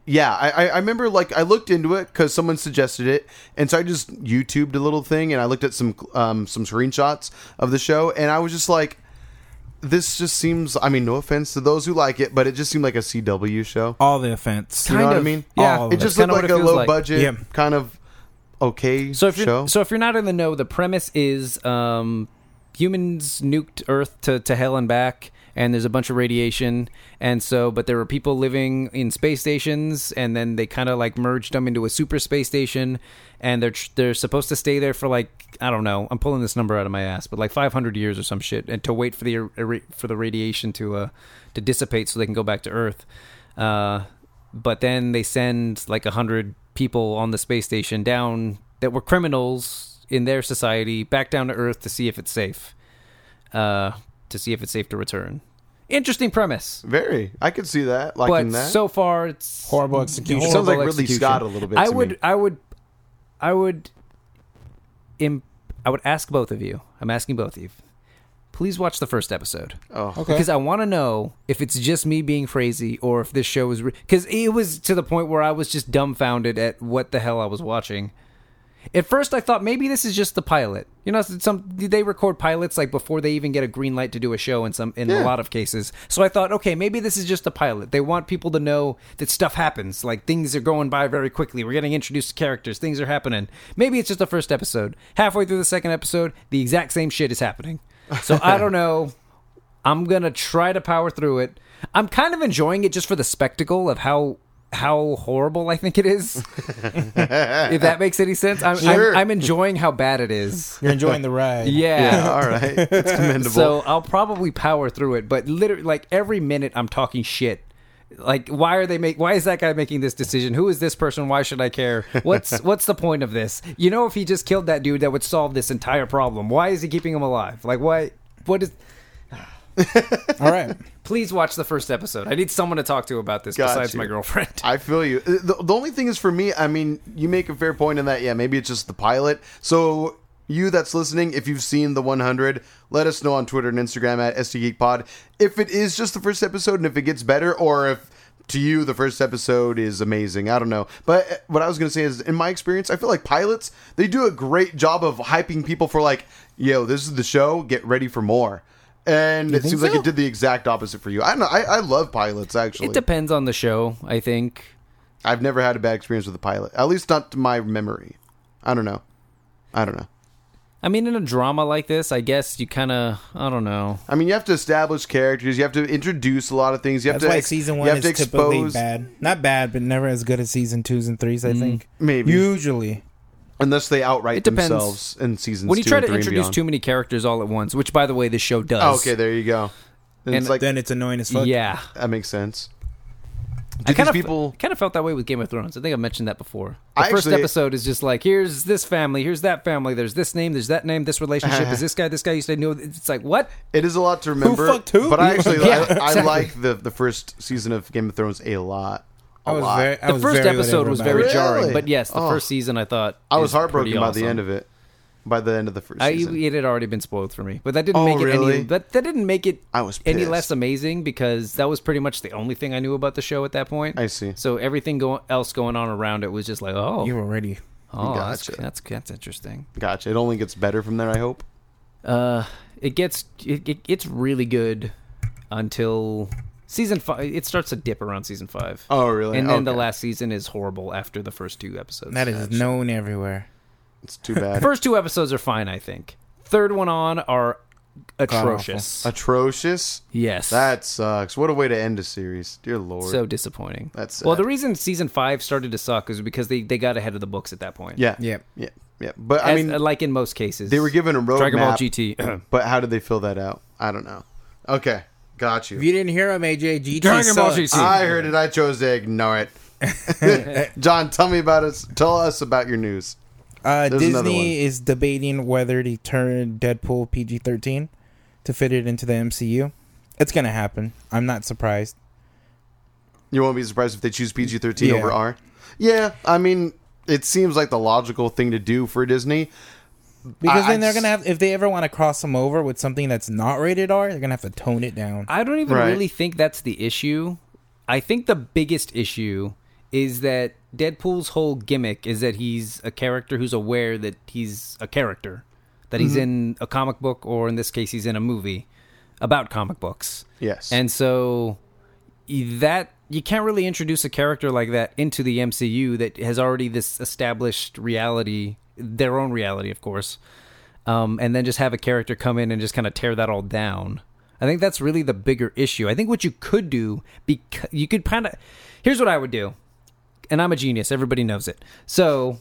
S4: yeah, I, I- I remember like I looked into it because someone suggested it, and so I just YouTubed a little thing, and I looked at some um, some screenshots of the show, and I was just like. This just seems. I mean, no offense to those who like it, but it just seemed like a CW show.
S2: All the offense.
S4: You know
S3: Kind
S4: what I
S3: of,
S4: mean?
S3: yeah.
S2: All of
S4: it
S2: it.
S4: just
S3: That's kinda
S4: looked
S3: what
S4: like
S3: it
S4: a
S3: feels
S4: low
S3: like.
S4: budget
S2: Yeah.
S4: kind of okay
S3: So if you're
S4: show.
S3: so if you're not in the know, the premise is um, humans nuked Earth to, to hell and back, and there's a bunch of radiation, and so but there were people living in space stations, and then they kind of like merged them into a super space station, and they're tr- they're supposed to stay there for like I don't know, I'm pulling this number out of my ass, but like 500 years or some shit, and to wait for the ir- for the radiation to uh to dissipate so they can go back to Earth. Uh, but then they send like a hundred people on the space station down that were criminals in their society back down to Earth to see if it's safe, uh, to see if it's safe to return. Interesting premise,
S4: Very. I could see that.
S3: but
S4: Liking that.
S3: so far it's
S2: Horrible execution.
S4: it sounds like
S3: horrible
S4: Ridley
S3: execution.
S4: Scott a little bit.
S3: I
S4: to
S3: would,
S4: me.
S3: I would, I would, imp, I would ask both of you. I'm asking both of you. Please watch the first episode
S4: Oh,
S2: Okay.
S3: because I want to know if it's just me being crazy or if this show is because it was to the point where I was just dumbfounded at what the hell I was watching. At first, I thought maybe this is just the pilot. You know, some they record pilots like before they even get a green light to do a show in some in a
S4: Yeah.
S3: lot of cases. So I thought, okay, maybe this is just a pilot. They want people to know that stuff happens, like things are going by very quickly. We're getting introduced to characters, things are happening. Maybe it's just the first episode. Halfway through the second episode, the exact same shit is happening. So I don't know. I'm gonna try to power through it. I'm kind of enjoying it just for the spectacle of how how horrible I think it is. if that makes any sense, I'm,
S4: Sure.
S3: I'm, I'm enjoying how bad it is.
S2: You're enjoying the ride.
S3: Yeah.
S4: Yeah, all right. It's commendable.
S3: So I'll probably power through it, but literally, like every minute, I'm talking shit. Like, why are they make? Why is that guy making this decision? Who is this person? Why should I care? What's What's the point of this? You know, if he just killed that dude, that would solve this entire problem. Why is he keeping him alive? Like, why? What is?
S2: All right.
S3: Please watch the first episode. I need someone to talk to about this
S4: Got
S3: besides
S4: you.
S3: my girlfriend.
S4: I feel you. Uh, The, the only thing is for me, I mean, you make a fair point in that. Yeah, maybe it's just the pilot. So you that's listening, if you've seen the 100, let us know on Twitter and Instagram at STGeekPod if it is just the first episode and if it gets better or if to you the first episode is amazing. I don't know. But uh, what I was going to say is in my experience, I feel like pilots, they do a great job of hyping people for like, yo, this is the show, get ready for more. And it
S2: think
S4: seems like
S2: so?
S4: it did the exact opposite for you. I don't know. I, I love pilots actually.
S3: It depends on the show, I think.
S4: I've never had a bad experience with a pilot. At least not to my memory. I don't know. I don't know.
S3: I mean, in a drama like this, I guess you kind of, I don't know.
S4: I mean, you have to establish characters. You have to introduce a lot of things. You have
S2: That's
S4: to.
S2: why
S4: ex-
S2: season
S4: you
S2: one
S4: have
S2: is
S4: to
S2: typically
S4: expose-
S2: bad. Not bad, but never as good as season twos and threes. I think
S4: maybe.
S2: usually.
S4: unless they outright
S3: It depends.
S4: themselves in seasons.
S3: When you
S4: two
S3: try
S4: and
S3: to
S4: three and
S3: introduce
S4: beyond.
S3: too many characters all at once, which, by the way, this show
S4: Oh,
S3: does.
S4: okay, there you go. And it's
S3: And
S4: like
S2: then it's annoying as fuck.
S3: Yeah.
S4: that makes sense.
S3: I
S4: Did
S3: kind
S4: these
S3: of
S4: people?
S3: kind of felt that way with Game of Thrones. I think I mentioned that before. The
S4: I
S3: first
S4: actually-
S3: episode is just like, here's this family, here's that family, there's this name, there's that name, this relationship is this guy, this guy used to know. It's like what?
S4: It is a lot to remember.
S2: fucked who?
S4: But I actually,
S3: Yeah,
S4: I,
S3: exactly.
S4: I like the the first season of Game of Thrones a lot. A
S2: I was
S4: lot.
S2: very. I
S3: The
S2: was
S3: first
S2: very whatever
S3: episode was
S2: about
S3: very
S2: it.
S3: jarring,
S4: Really?
S3: but yes, the
S4: Oh.
S3: first season I thought
S4: I was
S3: is pretty
S4: heartbroken by the
S3: awesome.
S4: end of it. By the end of the first
S3: I,
S4: season,
S3: it had already been spoiled for me, but that didn't
S4: Oh,
S3: make it any.
S4: really?
S3: But that didn't make it.
S4: I was
S3: any
S4: pissed.
S3: less amazing because that was pretty much the only thing I knew about the show at that point.
S4: I see.
S3: So everything go- else going on around it was just like, oh,
S2: You were ready.
S3: oh, that's,
S4: Gotcha.
S3: that's that's interesting.
S4: Gotcha. It only gets better from there. I hope.
S3: Uh, it gets it, it it's really good until season five. It starts to dip around season five.
S4: Oh, really?
S3: And then the
S4: Okay.
S3: last season is horrible after the first two episodes.
S2: That is known everywhere.
S4: It's too bad.
S3: First two episodes are fine, I think. Third one on are atrocious.
S4: Atrocious.
S3: Yes.
S4: That sucks. What a way to end a series, dear lord.
S3: so disappointing.
S4: That's
S3: well,
S4: sad.
S3: the reason season five started to suck is because they, they got ahead of the books at that point.
S4: yeah,
S2: Yep.
S4: yeah, yeah. But
S3: As, uh,
S4: I mean,
S3: like in most cases,
S4: they were given a roadmap.
S3: Dragon Ball GT.
S4: but how did they fill that out? I don't know. Okay, got
S2: If
S4: you.
S2: you didn't hear him, AJ, GT
S3: Dragon Ball
S2: sucks.
S3: GT.
S4: I heard it. I chose to ignore it. John, tell me about us. Tell us about your news.
S2: Uh,
S4: There's another one.
S2: Disney is debating whether to turn Deadpool PG 13 to fit it into the MCU. It's going to happen. I'm not surprised.
S4: You won't be surprised if they choose PG thirteen
S2: Yeah.
S4: over R. Yeah, I mean, it seems like the logical thing to do for Disney.
S2: Because
S4: I-
S2: then they're
S4: I
S2: going to have, if they ever want to cross them over with something that's not rated R, they're going to have to tone it down.
S3: I don't even
S4: Right.
S3: really think that's the issue. I think the biggest issue is that Deadpool's whole gimmick is that he's a character who's aware that he's a character, that
S4: Mm-hmm.
S3: he's in a comic book, or in this case, he's in a movie about comic books.
S4: Yes.
S3: And so y- that you can't really introduce a character like that into the MCU that has already this established reality, their own reality, of course, um, and then just have a character come in and just kind of tear that all down. I think that's really the bigger issue. I think what you could do, because you could kind of, here's what I would do and I'm a genius. Everybody knows it. So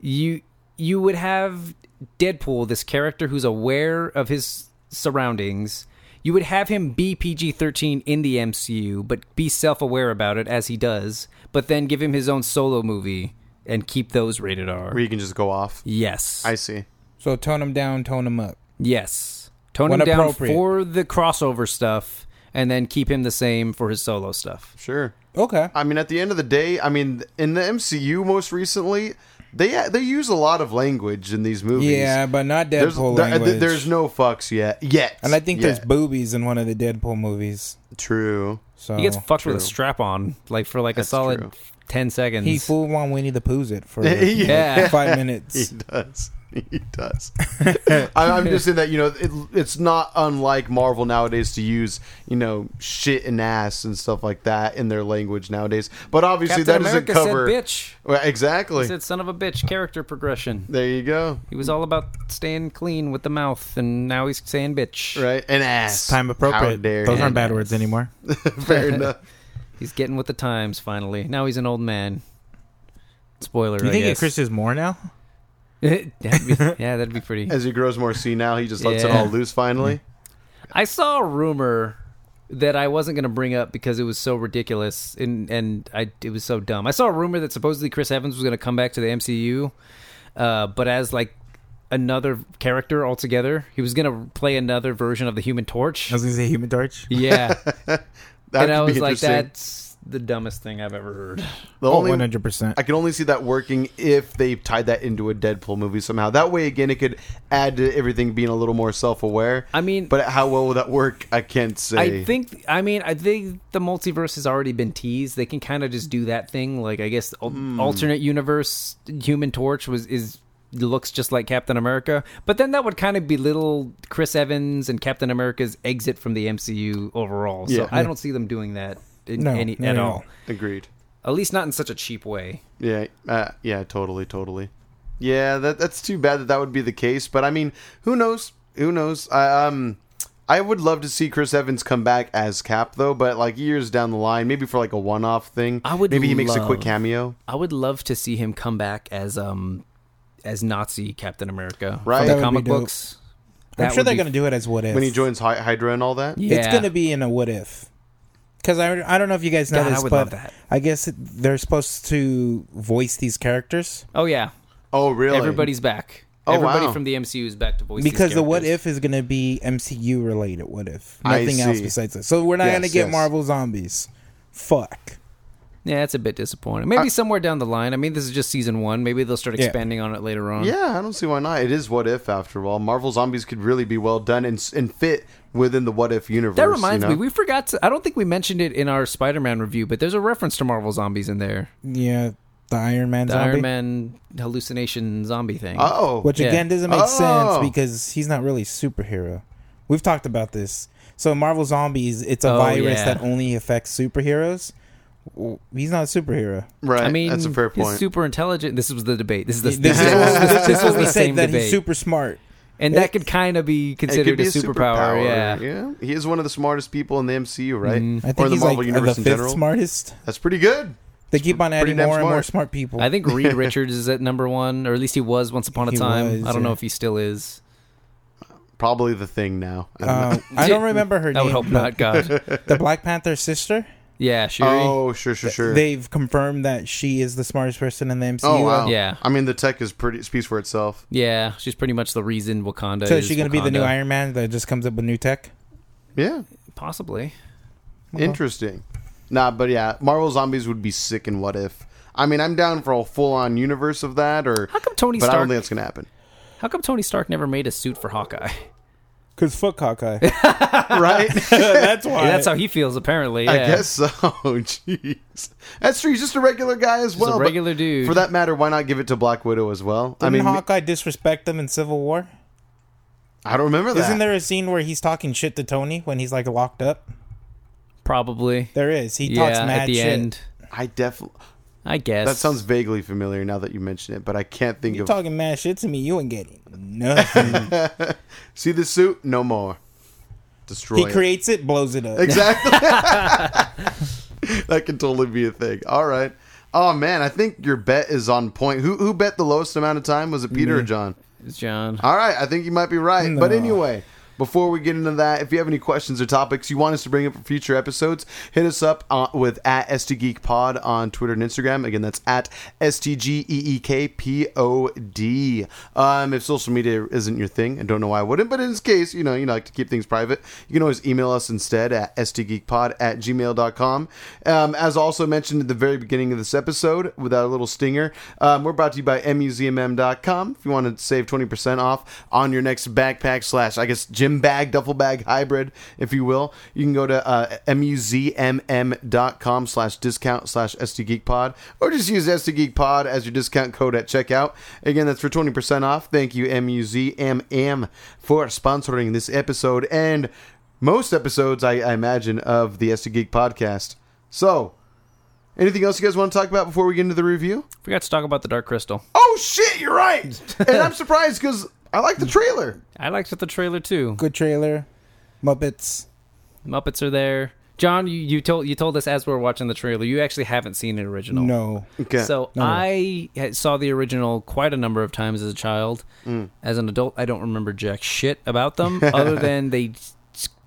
S3: you you would have Deadpool, this character who's aware of his surroundings. You would have him be PG-13 in the MCU, but be self-aware about it as he does. But then give him his own solo movie and keep those rated R.
S4: where you can just go off.
S3: yes.
S4: I see.
S2: So tone them down, tone them up.
S3: Yes. Tone
S2: When
S3: him down
S2: appropriate.
S3: for the crossover stuff and then keep him the same for his solo stuff.
S4: Sure.
S2: Okay.
S4: I mean, at the end of the day, I mean, in the MCU most recently, they they use a lot of language in these movies.
S2: Yeah, but not
S4: There's,
S2: Deadpool
S4: there-
S2: language.
S4: there's no fucks yet. Yet.
S2: and I think there's
S4: Yet.
S2: boobies in one of the Deadpool movies.
S4: True.
S2: So
S3: He gets fucked with a
S4: true.
S3: strap on, like for like a
S4: That's
S3: solid
S4: true.
S3: ten seconds.
S2: He full on Winnie the Pooh's it for
S4: Yeah.
S2: like, five
S4: He
S2: minutes.
S4: does. He does. I, I'm just saying that you know it, it's not unlike Marvel nowadays to use you know shit and ass and stuff like that in their language nowadays. But obviously
S3: Captain
S4: that
S3: America
S4: doesn't cover.
S3: said bitch.
S4: Well,
S3: He
S4: exactly.
S3: said son of a bitch character progression.
S4: there you go.
S3: He was all about staying clean with the mouth, and now he's saying bitch.
S4: Right, and ass.
S2: It's time
S4: How
S2: appropriate.
S4: dare
S2: Those
S4: you.
S2: aren't bad words anymore.
S4: Fair enough.
S3: He's getting with the times finally. Now he's an old man. Spoiler.
S2: You
S3: I
S2: think it
S3: guess.
S2: Chris Moore now?
S3: That'd be- yeah, that'd be pretty.
S4: As he grows more senile, he just lets it
S3: Yeah.
S4: all loose finally.
S3: I saw a rumor that I wasn't going to bring up because it was so ridiculous and and I it was so dumb. I saw a rumor that supposedly Chris Evans was going to come back to the MCU, uh, but as like another character altogether. He was going to play another version of the Human Torch.
S2: I was gonna say Human Torch.
S3: Yeah,
S4: That
S3: and I
S4: could be
S3: was like,
S4: interesting.
S3: that's the dumbest thing I've ever heard.
S4: The
S2: Oh,
S4: only,
S2: one hundred percent.
S4: I can only see that working if they tied that into a Deadpool movie somehow. That way, again, it could add to everything being a little more self-aware.
S3: I mean-
S4: but how well will that work? I can't say.
S3: I think. I mean, I think the multiverse has already been teased. They can kind of just do that thing. Like, I guess al-
S4: Hmm.
S3: alternate universe Human Torch was is looks just like Captain America, but then that would kind of belittle Chris Evans and Captain America's exit from the MCU overall. So
S4: Yeah.
S3: I don't see them doing that in
S2: No,
S3: any
S2: no,
S3: at
S2: no.
S3: all.
S4: agreed.
S3: At least not in such a cheap way.
S4: Yeah, uh, yeah, totally, totally. Yeah, that that's too bad that that would be the case. But I mean, who knows? Who knows? I, um, I would love to see Chris Evans come back as Cap though, but like years down the line, maybe for like a one-off thing.
S3: I would
S4: Maybe he makes a quick
S3: love-
S4: cameo.
S3: I would love to see him come back as um as Nazi Captain America
S4: Right.
S3: from the
S4: That would be
S3: comic
S2: dope.
S3: books.
S2: I'm
S3: That
S2: sure
S3: would
S2: they're
S3: be-
S2: gonna do it as what if
S4: when he joins Hy- Hydra and all that.
S3: Yeah.
S2: It's gonna be in a what if. Because I, I don't know if you guys know
S3: God, I
S2: this,
S3: would
S2: but
S3: love that.
S2: I guess it- they're supposed to voice these characters
S3: Oh yeah.
S4: Oh, really?
S3: Everybody's back.
S4: Oh,
S3: Everybody
S4: wow.
S3: from the MCU is back to voice these
S2: because the what
S3: characters.
S2: if is going to be MCU related. What if
S4: I
S2: nothing else
S4: see.
S2: besides that? So we're not
S4: Yes,
S2: going to get
S4: yes.
S2: Marvel zombies. Fuck.
S3: Yeah, that's a bit disappointing. Maybe somewhere down the line. I mean, this is just season one. Maybe they'll start
S2: Yeah.
S3: expanding on it later on.
S4: Yeah, I don't see why not. It is what if after all. Marvel zombies could really be well done and and fit within the what if universe.
S3: That reminds
S4: you know?
S3: me, we forgot to. I don't think we mentioned it in our Spider Man review, but there's a reference to Marvel zombies in there.
S2: Yeah, the Iron Man
S3: The
S2: zombie,
S3: Iron Man hallucination zombie thing.
S4: Oh,
S2: which
S3: Yeah.
S2: again doesn't make
S4: Oh.
S2: sense because he's not really a superhero. We've talked about this. So Marvel zombies, it's a
S3: Oh,
S2: virus
S3: yeah.
S2: that only affects superheroes. W- He's not a superhero.
S4: right.
S3: I mean,
S4: that's a fair point.
S3: He's super intelligent. This was the debate. This is the
S2: This
S3: this,
S2: is
S3: was- this was
S2: we
S3: the
S2: said
S3: same
S2: that
S3: debate,
S2: he's super smart.
S3: and that could kind of be
S4: It could
S3: considered
S4: be
S3: a superpower. Yeah. Mm-hmm.
S4: yeah. He is one of the smartest people in the MCU, right?
S2: I think
S4: or the
S2: he's
S4: Marvel
S2: like
S4: Universe
S2: the
S4: in
S2: fifth
S4: general.
S2: smartest.
S4: That's pretty good.
S2: They keep on adding
S4: damn
S2: more and more
S4: smart.
S2: smart people.
S3: I think Reed Richards is at number one, or at least he was once upon a
S2: He
S3: time.
S2: was,
S3: I don't
S2: yeah.
S3: know if he still is.
S4: Probably the thing now. I don't know.
S2: Uh, I don't remember her
S3: I
S2: name.
S3: would hope
S2: but
S3: not. God.
S2: The Black Panther's sister.
S3: Yeah, Shuri.
S4: oh, sure, sure, sure.
S2: They've confirmed that she is the smartest person in the MCU.
S4: oh wow.
S3: uh, Yeah.
S4: I mean, the tech is pretty speaks for itself.
S3: Yeah, she's pretty much the reason Wakanda.
S2: So
S3: is
S2: is she going to be the new
S3: Wakanda.
S2: Iron Man that just comes up with new tech?
S4: Yeah.
S3: Uh-huh. Possibly.
S4: Interesting. Nah, but yeah, Marvel zombies would be sick. And what if? I mean, I'm down for a full on universe of that. Or
S3: How come Tony
S4: but I don't
S3: Stark?
S4: think that's gonna happen.
S3: How come Tony Stark never made a suit for Hawkeye?
S2: Because fuck Hawkeye.
S4: right?
S2: That's why.
S3: That's how he feels, apparently. Yeah.
S4: I guess so. Jeez, that's true. He's just a regular guy as well.
S3: a
S4: but
S3: regular dude.
S4: For that matter, why not give it to Black Widow as well? I
S2: Didn't
S4: mean,
S2: Hawkeye disrespect them in Civil War?
S4: I don't remember that.
S2: Isn't there a scene where he's talking shit to Tony when he's like locked up?
S3: probably.
S2: There is. He
S3: Yeah,
S2: talks mad
S3: at the
S2: shit.
S3: end.
S4: I definitely.
S3: I guess
S4: That sounds vaguely familiar now that you mention it, but I can't think
S2: You're
S4: of.
S2: talking mad shit to me. You ain't getting nothing.
S4: See the suit? No more. Destroy.
S2: he
S4: it.
S2: creates it, blows it up.
S4: Exactly. that can totally be a thing. All right. Oh man, I think your bet is on point. Who who bet the lowest amount of time? Was it Peter or John?
S3: It's John.
S4: All right, I think you might be right. But
S2: No.
S4: anyway, Before we get into that, if you have any questions or topics you want us to bring up for future episodes, hit us up uh, with at STGeekPod on Twitter and Instagram. Again, that's at E S-T-G-E-E-K-P-O-D. Um, if social media isn't your thing, and don't know why I wouldn't, but in this case, you know, you like to keep things private, you can always email us instead at STGeekPod at gmail.com. Um, as also mentioned at the very beginning of this episode, without a little stinger, um, we're brought to you by MUZMM.com. If you want to save 20% off on your next backpack slash, I guess, gym bag, duffel bag hybrid, if you will, you can go to uh, MUZMM.com slash discount slash STGeekPod or just use STGeekPod as your discount code at checkout. Again, that's for 20% off. Thank you, MUZMM, for sponsoring this episode and most episodes, I, I imagine, of the SD Geek podcast. So, anything else you guys want to talk about before we get into the review?
S3: Forgot to talk about the Dark Crystal.
S4: Oh shit, you're right. and I'm surprised because I like the trailer.
S3: I liked the trailer too.
S2: Good trailer. Muppets.
S3: Muppets are there. John, you, you told you told us as we were watching the trailer, you actually haven't seen an original.
S2: No.
S4: Okay.
S3: So
S2: No.
S3: I had- saw the original quite a number of times as a child.
S4: Mm.
S3: As an adult, I don't remember jack shit about them other than they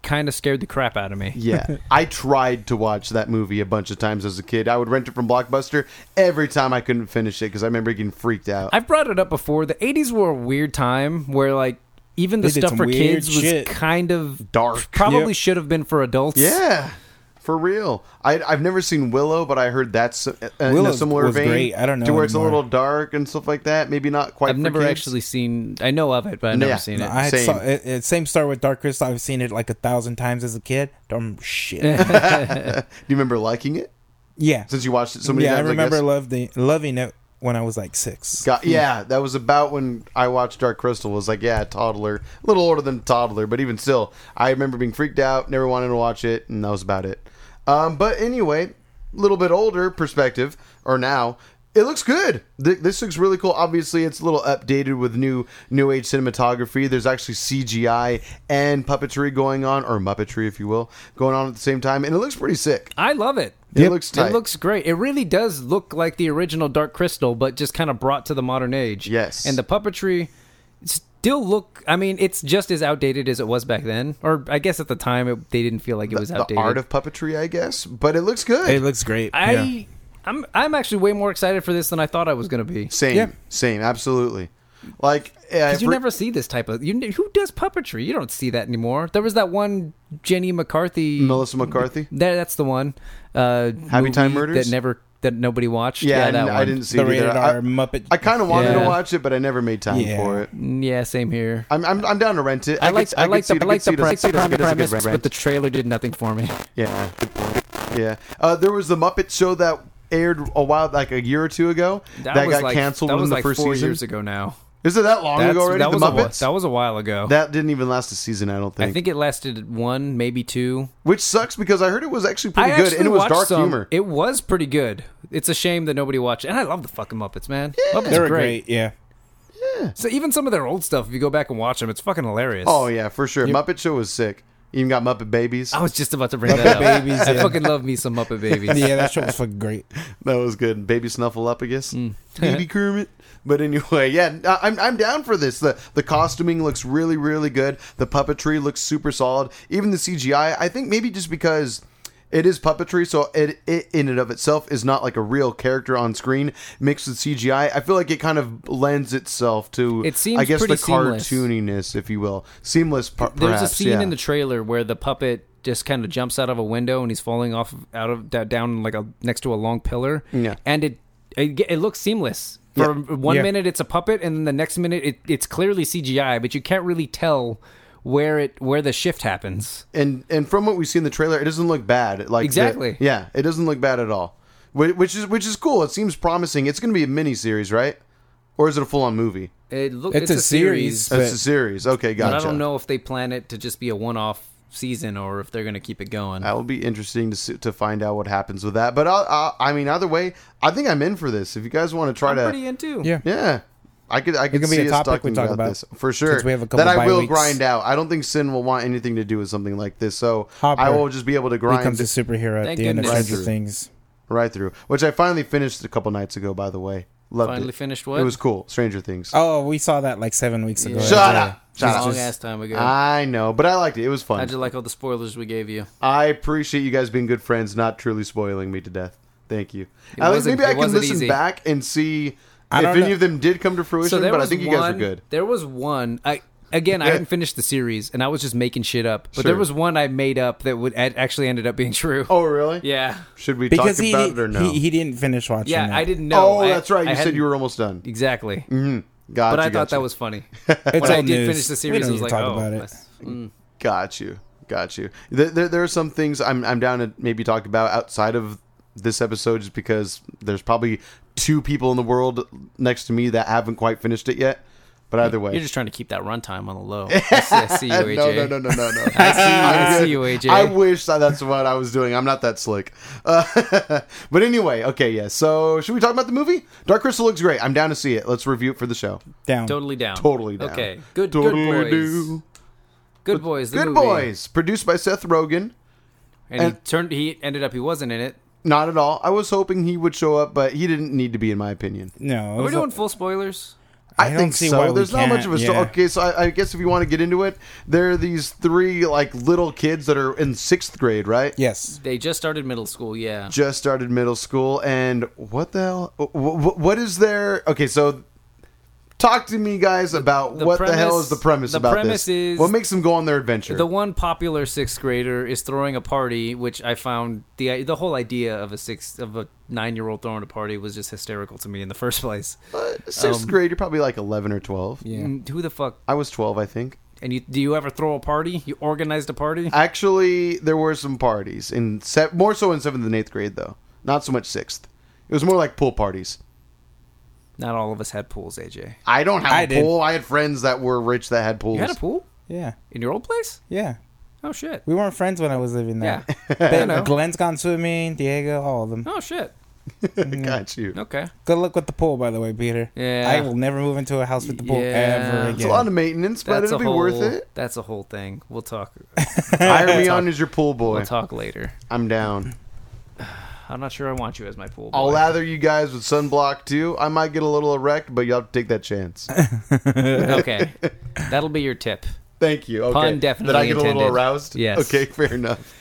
S3: kind of scared the crap out of me.
S4: yeah, I tried to watch that movie a bunch of times as a kid. I would rent it from Blockbuster every time I couldn't finish it because I remember getting freaked out.
S3: I've brought it up before. The 80s were a weird time where like even the
S2: They did
S3: stuff
S2: some
S3: for
S2: weird
S3: kids was
S2: shit.
S3: kind of
S4: Dark.
S3: Probably
S2: Yep.
S3: should have been for adults.
S4: yeah, for real. I, I've never seen Willow, but I heard that's uh, in a
S2: Willow
S4: similar
S2: was
S4: vein.
S2: great. I don't know
S4: to where it's a
S2: anymore.
S4: little dark and stuff like that. Maybe not quite.
S3: I've
S4: for
S3: never
S4: kids.
S3: actually seen. I know of it, but I've
S4: Yeah.
S3: never seen
S4: No,
S3: it.
S2: I had
S4: Same.
S2: saw, it, it- same star with Dark Crystal. I've seen it like a thousand times as a kid. Dumb shit.
S4: Do you remember liking it
S2: yeah.
S4: since you watched it so many
S2: Yeah, I
S4: times?
S2: remember
S4: guess?
S2: loving loving it when I was like six.
S4: Got, yeah, that was about when I watched Dark Crystal. Was like, yeah, toddler, a little older than toddler, but even still, I remember being freaked out, never wanting to watch it, and that was about it. Um, but anyway, a little bit older perspective, or now. It looks good. Th- This looks really cool. Obviously, it's a little updated with new new age cinematography. There's actually CGI and puppetry going on, or muppetry, if you will, going on at the same time, and it looks pretty sick.
S3: I love it.
S4: It looks tight.
S3: It looks great. It really does look like the original Dark Crystal, but just kind of brought to the modern age.
S4: Yes.
S3: And the puppetry still look. I mean, it's just as outdated as it was back then, or I guess at the time it, they didn't feel like it was
S4: the
S3: outdated.
S4: art of puppetry, I guess, but it looks good.
S2: It looks great.
S3: I.
S2: yeah.
S3: I'm I'm actually way more excited for this than I thought I was going to be.
S4: Same,
S2: Yeah.
S4: same, absolutely. Like, uh,
S3: Because you
S4: for-
S3: never see this type of you. ne- Who does puppetry? You don't see that anymore. There was that one Jenny McCarthy.
S4: Melissa McCarthy.
S3: There, that's the one. Uh, movie
S4: Time Murders?
S3: that never that nobody watched.
S4: Yeah,
S3: that
S4: I, didn't, I didn't see
S2: the
S4: it either.
S2: rated
S4: I,
S2: R Muppet.
S4: I kind of wanted
S3: Yeah.
S4: to watch it, but I never made time
S2: Yeah.
S4: for it.
S3: one. Yeah, same here.
S4: I'm, I'm, I'm down to rent it.
S3: I like
S4: could-
S3: I
S4: could
S3: like
S4: see
S3: the
S4: it-
S3: I like
S4: could
S3: the
S4: see it as-
S3: pre-
S4: could see it as a
S3: the
S4: good
S3: premise,
S4: rent.
S3: but the trailer did nothing for me.
S4: Yeah, yeah. Uh, there was the Muppet Show that aired a while, like a year or two ago, that,
S3: was
S4: got
S3: like,
S4: canceled
S3: that
S4: in
S3: was
S4: the
S3: like
S4: first
S3: four
S4: season.
S3: years ago now.
S4: Is it that long
S3: That's-
S4: ago already?
S3: that was
S4: the
S3: a whi-
S4: Muppets.
S3: that was a while ago.
S4: that didn't even last a season, I don't think.
S3: I think it lasted one, maybe two.
S4: Which sucks because I heard it was actually pretty
S3: I
S4: good,
S3: actually
S4: and it was
S3: watched
S4: dark
S3: some.
S4: humor.
S3: It was pretty good. It's a shame that nobody watched. it. And I love the fucking Muppets, man. Muppets
S2: they
S3: are
S2: were
S3: great.
S2: great. Yeah.
S3: So even some of their old stuff, if you go back and watch them, it's fucking hilarious.
S4: oh yeah, for sure. Muppet Show was sick. Even got Muppet Babies.
S3: I was just about to bring that up.
S2: Babies,
S3: I
S2: yeah.
S3: fucking love me some Muppet Babies.
S2: Yeah, that show was fucking great.
S4: That was good. Baby Snuffleupagus,
S3: Hmm.
S4: baby Kermit. But anyway, yeah, I- I'm, I'm down for this. the The costuming looks really, really good. The puppetry looks super solid. Even the CGI. I think maybe just because it is puppetry, so it, it in and of itself is not like a real character on screen mixed with CGI. I feel like it kind of lends itself to
S3: It seems
S4: I guess
S3: pretty
S4: the
S3: seamless.
S4: cartooniness, if you will, seamless. per-
S3: There's a
S4: perhaps,
S3: scene
S4: yeah.
S3: in the trailer where the puppet just kind of jumps out of a window and he's falling off of- out of da- down like a next to a long pillar.
S4: Yeah.
S3: and it it, ge- it looks seamless. For one
S2: Yeah.
S3: minute it's a puppet, and then the next minute it, it's clearly CGI, but you can't really tell where it where the shift happens.
S4: and and from what we see in the trailer, it doesn't look bad. Like the-
S3: Exactly.
S4: yeah, it doesn't look bad at all, Wh- which is which is cool. It seems promising. It's going to be a mini series, right? Or is it a full on movie?
S3: It look,
S2: It's
S3: it's,
S2: a
S3: a series,
S2: series,
S3: but
S2: but-
S4: It's a series. Okay, gotcha.
S3: I don't know if they plan it to just be a one off season or if they're going to keep it going.
S4: That will be interesting to see, to find out what happens with that. But I, I I mean, either way, I think I'm in for this. If you guys want to try
S3: I'm
S4: to,
S3: pretty into.
S2: Yeah.
S4: yeah. I could, I could
S2: can be
S4: see
S2: a
S4: us
S2: topic we
S4: talking
S2: talk
S4: about,
S2: about,
S4: this for sure.
S2: since we have a couple
S4: that I
S2: bye
S4: will
S2: weeks.
S4: grind out. I don't think Sin will want anything to do with something like this, so
S2: Hopper
S4: I will just be able to grind.
S2: Becomes a superhero at
S3: Thank
S2: the end of
S3: goodness.
S2: Stranger
S4: Right.
S2: Things.
S4: right through, which I finally finished a couple nights ago. By the way, loved
S3: Finally
S4: it.
S3: finished what? Oh,
S4: It was cool. Stranger Things.
S2: Oh, we saw that like seven weeks ago.
S4: Shut up. Shout
S2: It's
S4: out.
S3: Long
S2: just-
S3: ass time ago.
S4: I know, but I liked it. It was fun.
S3: How'd you like all the spoilers we gave you?
S4: I appreciate you guys being good friends, not truly spoiling me to death. Thank you.
S3: It
S4: I think
S3: wasn't-
S4: maybe I
S3: it
S4: can
S3: wasn't
S4: listen
S3: easy.
S4: back and see
S2: I
S4: if
S2: don't
S4: any
S2: know.
S4: of them did come to fruition. but I think you guys
S3: one-
S4: are good.
S3: There was one. I again, I hadn't finished the series, and I was just making shit up. But there
S4: Sure.
S3: was one I made up that would a- actually ended up being true.
S4: Oh, really?
S3: yeah,
S4: Should we
S2: because
S4: talk
S2: he,
S4: about it or no?
S2: he he didn't finish watching.
S3: yeah.
S2: it.
S3: I didn't know.
S4: oh,
S3: I-
S4: that's right.
S3: I
S4: You said
S3: hadn't-
S4: you were almost done.
S3: exactly.
S4: Gotcha,
S3: But I thought
S4: gotcha.
S3: that was funny.
S2: It's
S3: when I
S2: old
S3: did
S2: news.
S3: finish the
S2: we
S3: series,
S2: don't
S3: I
S2: need
S3: was
S2: to
S3: like,
S2: talk
S3: oh,
S2: about it.
S3: that's-
S4: Got you. Got you. There, there, there are some things I'm, I'm down to maybe talk about outside of this episode just because there's probably two people in the world next to me that haven't quite finished it yet. But either way.
S3: You're just trying to keep that runtime on the low. I see, I see you, AJ.
S4: no, no, no, no, no, no.
S3: I see, I see you, AJ.
S4: I wish that that's what I was doing. I'm not that slick. Uh, but anyway, okay, yeah. So, should we talk about the movie? Dark Crystal looks great. I'm down to see it. Let's review it for the show.
S2: Down.
S3: totally down.
S4: Totally down.
S3: Okay. Good.
S4: Totally
S3: good boys.
S4: do.
S3: Good boys. The
S4: Good
S3: movie.
S4: Boys, produced by Seth Rogen.
S3: And, he
S4: And-
S3: turned. He ended up. He wasn't in it.
S4: Not at all. I was hoping he would show up, but he didn't need to be, in my opinion.
S2: No, it
S3: Are we
S2: was a-
S3: doing full spoilers?
S4: I,
S2: I don't
S4: think
S2: see
S4: so.
S2: why we
S4: There's not much of a
S2: can't,
S4: story.
S2: yeah.
S4: Okay, so I, I guess if you want to get into it, there are these three like little kids that are in sixth grade, right?
S2: yes.
S3: They just started middle school. Yeah.
S4: just started middle school and what the hell wh- wh- what is there okay so talk to me guys about
S3: the
S4: what the hell
S3: premise-
S4: is the premise
S3: the
S4: about
S3: premise
S4: this
S3: is-
S4: what makes them go on their adventure
S3: The one popular sixth grader is throwing a party, which I found the the whole idea of a six of a nine year old throwing a party was just hysterical to me in the first place.
S4: Uh, sixth
S3: um,
S4: grade you're probably like 11 or 12
S3: Mm, Who the fuck?
S4: i was 12 i think
S3: And you do you ever throw a party? You organized a party?
S4: actually there were some parties in se- more so in seventh and eighth grade though not so much sixth it was more like pool parties
S3: Not all of us had pools, AJ.
S4: i don't have
S2: I
S4: a
S2: did.
S4: pool i had friends that were rich that had pools
S3: You had a pool
S2: Yeah.
S3: in your old place?
S2: Yeah.
S3: Oh shit.
S2: We weren't friends when I was living
S3: Yeah.
S2: there.
S3: I know.
S2: But Glenn's gone swimming, Diego, all of them.
S3: Oh shit.
S4: got you
S3: Okay.
S2: Good luck with the pool, by the way, Peter.
S3: Yeah.
S2: I will never move into a house with the pool
S3: Yeah.
S2: ever
S3: It's
S4: it's
S2: again.
S4: a lot of maintenance but
S3: That's
S4: it'll
S3: a
S4: be
S3: whole,
S4: worth it
S3: That's a whole thing. We'll talk.
S4: hire me
S3: Talk-
S4: on as your pool boy
S3: We'll talk later.
S4: i'm down
S3: I'm not sure I want you as my pool. Boy.
S4: I'll lather you guys with sunblock too. I might get a little erect, but you will have to take that chance.
S3: okay. That'll be your tip.
S4: Thank you. Okay.
S3: Pun definitely
S4: That I get a little
S3: intended.
S4: aroused.
S3: Yes.
S4: Okay. Fair enough.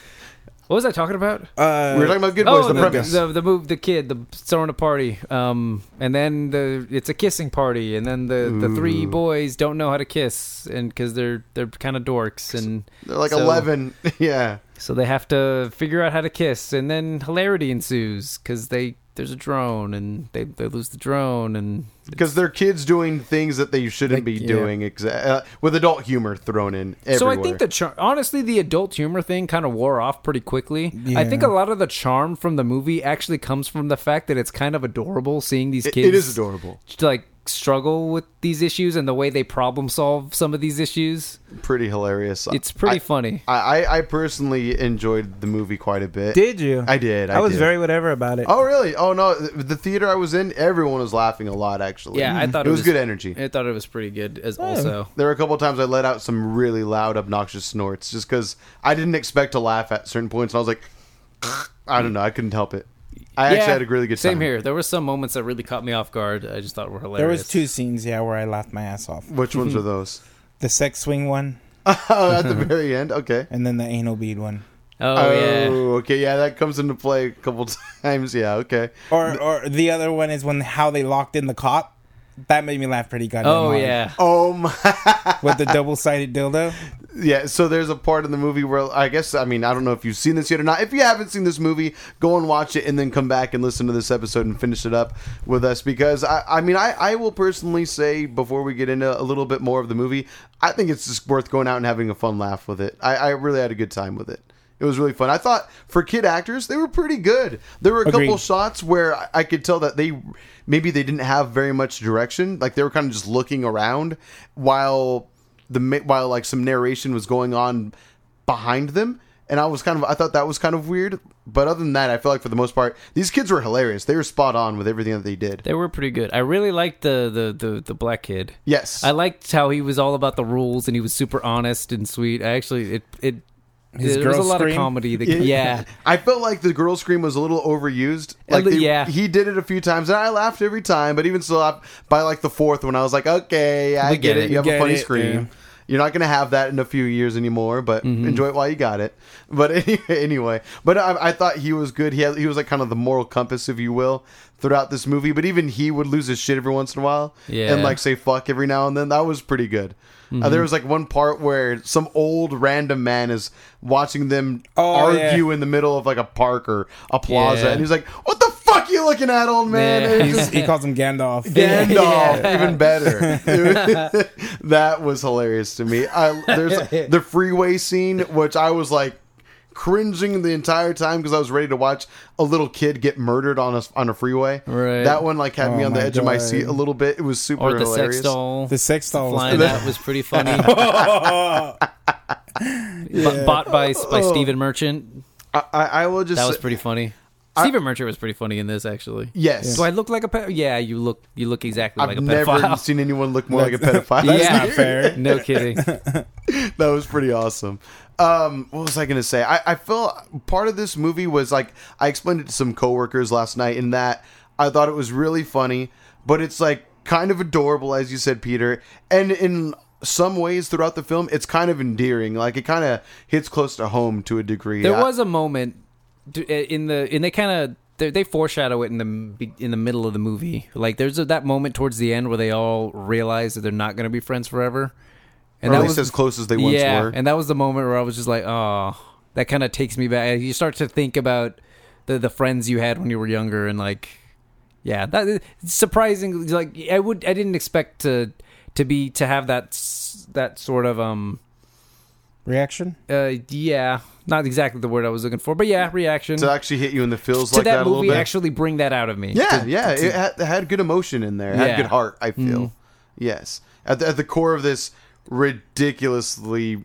S3: What was I talking about?
S2: Uh,
S4: We were talking about Good Boys.
S3: Oh,
S4: the,
S3: the,
S4: premise.
S3: the, the move, the kid, the throwing a party, um, and then the it's a kissing party, and then the, the three boys don't know how to kiss, and because they're they're kind of dorks, and
S4: They're like
S3: so-
S4: eleven. yeah.
S3: so they have to figure out how to kiss, and then hilarity ensues because they there's a drone, and they they lose the drone, and
S4: Because they're kids doing things that they shouldn't
S3: Like,
S4: be
S3: yeah.
S4: doing. Exa- uh, with adult humor thrown in. Everywhere.
S3: So I think the char- honestly the adult humor thing kind of wore off pretty quickly. I think a
S2: Yeah.
S3: lot of the charm from the movie actually comes from the fact that it's kind of adorable seeing these
S4: It-
S3: kids.
S4: it is adorable.
S3: Like struggle with these issues and the way they problem solve some of these issues.
S4: Pretty hilarious.
S3: It's pretty
S4: I,
S3: funny.
S4: I, I I personally enjoyed the movie quite a bit.
S2: Did you?
S4: I did. I,
S2: was
S4: did.
S2: very whatever about it.
S4: Oh really? Oh no! The the theater I was in, everyone was laughing a lot. Actually,
S3: Yeah, I thought
S4: it
S3: it
S4: was
S3: was-
S4: good energy.
S3: I thought it was pretty good as also.
S4: There were a couple of times I let out some really loud, obnoxious snorts just because I didn't expect to laugh at certain points. And I was like, I don't know, I couldn't help it. I actually had a really good
S3: same
S4: time.
S3: here. There were some moments that really caught me off guard. I just thought were hilarious.
S2: there was two scenes, yeah, where I laughed my ass off.
S4: Which ones are those?
S2: The sex swing one
S4: oh, at the very end. Okay.
S2: and then the anal bead one.
S3: Oh,
S4: Oh,
S3: yeah.
S4: okay. Yeah, that comes into play a couple times. Yeah, okay.
S2: Or or the other one is when how they locked in the cop. That made me laugh pretty goddamn
S3: Oh
S2: hard.
S3: yeah.
S4: Oh my.
S2: With the double sided dildo.
S4: Yeah, so there's a part in the movie where I guess I mean I don't know if you've seen this yet or not. If you haven't seen this movie, go and watch it and then come back and listen to this episode and finish it up with us because I, I mean I, I will personally say before we get into a little bit more of the movie, I think it's just worth going out and having a fun laugh with it. I, I really had a good time with it. It was really fun. I thought for kid actors, they were pretty good. There were a couple
S2: Agreed.
S4: shots where I- I could tell that they maybe they didn't have very much direction. Like they were kind of just looking around while the ma- while like some narration was going on behind them. And I was kind of I thought that was kind of weird. But other than that, I feel like for the most part, these kids were hilarious. They were spot on with everything that they did.
S3: They were pretty good. I really liked the the the, the black kid.
S4: Yes.
S3: I liked how he was all about the rules and he was super honest and sweet. I actually it it
S2: His
S3: there was a
S2: girl
S3: lot of
S2: scream?
S3: comedy. That, yeah.
S4: I felt like the girl scream was a little overused. Like
S3: li-
S4: they-
S3: yeah.
S4: he did it a few times, and I laughed every time. But even so, I, by like the fourth one, I was like, okay, I get,
S3: get
S4: it.
S3: it.
S4: You have
S2: Get
S4: a funny
S2: it,
S4: scream. You're not going to have that in a few years anymore, but
S3: Mm-hmm.
S4: enjoy it while you got it. But any- anyway, but I, I thought he was good. He had, he was like kind of the moral compass, if you will, throughout this movie. But even he would lose his shit every once in a while,
S3: Yeah. Mm-hmm.
S4: and like say fuck every now and then. That was pretty good. Uh, there was like one part where some old random man is watching them
S2: Oh,
S4: argue
S2: yeah.
S4: in the middle of like a park or a plaza,
S3: Yeah.
S4: and he's like, "What the fuck you looking at, old man?"
S3: Yeah.
S4: And it's
S2: He's, he calls him Gandalf.
S4: Gandalf, even better. that was hilarious to me. I, there's the freeway scene, which I was like cringing the entire time because I was ready to watch a little kid get murdered on a on a freeway.
S3: Right.
S4: That one like had me
S2: Oh
S4: on the
S2: my
S4: edge of my
S2: God.
S4: seat a little bit. It was super
S3: Or the
S4: hilarious.
S3: sex doll.
S2: The sex doll was
S3: flying
S2: good.
S3: out was pretty funny. B- bought by by Stephen Merchant.
S4: I, I, I will just
S3: That was
S4: say-
S3: pretty funny. Stephen Merchant was pretty funny in this actually.
S4: yes.
S3: Do I look like a pe- yeah, you look you look exactly
S4: I've
S3: like a
S4: never
S3: pedophile.
S4: seen anyone look more like a pedophile.
S2: That's
S3: yeah.
S2: not fair.
S3: no kidding.
S4: that was pretty awesome. Um, what was I going to say? I, I feel part of this movie was like I explained it to some coworkers last night in that I thought it was really funny, but it's like kind of adorable as you said, Peter, and in some ways throughout the film it's kind of endearing. Like it kind of hits close to home to a degree.
S3: There
S4: I-
S3: was a moment d- eh, in the and they kind of they, they foreshadow it in the m- in the middle of the movie. Like there's a, that moment towards the end where they all realize that they're not going to be friends forever. And
S4: or at
S3: that
S4: least
S3: was
S4: as close as they once
S3: yeah,
S4: were.
S3: and that was the moment where I was just like, oh, that kind of takes me back. You start to think about the the friends you had when you were younger, and like, yeah, that eh, surprisingly, like I would, I didn't expect to to be to have that s- that sort of um,
S2: Reaction?
S3: uh, yeah, not exactly the word I was looking for, but yeah, reaction
S4: to actually hit you in the feels
S3: to
S4: like
S3: that,
S4: that, a little
S3: movie
S4: bit.
S3: actually bring that out of me.
S4: Yeah, yeah, it had, it had good emotion in there. It had
S3: Yeah. Mm-hmm.
S4: good heart. I feel yes. At the, at the core of this ridiculously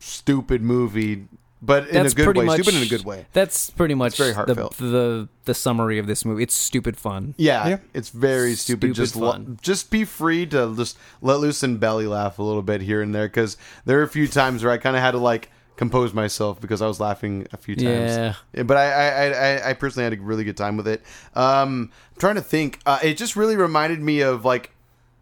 S4: stupid movie, but in
S3: That's
S4: a good
S3: pretty
S4: way.
S3: much
S4: Stupid in a good way.
S3: That's pretty much
S4: very
S3: the,
S4: heartfelt.
S3: the the summary of this movie. It's stupid fun.
S4: Yeah,
S2: Yeah.
S4: it's very stupid.
S3: Stupid
S4: just lo-
S3: fun.
S4: just be free to just let loose and belly laugh a little bit here and there because there are a few times where I kind of had to like compose myself because I was laughing a few times.
S3: Yeah.
S4: Yeah, but I, I, I- I, I personally had a really good time with it. Um, I'm trying to think. Uh, it just really reminded me of like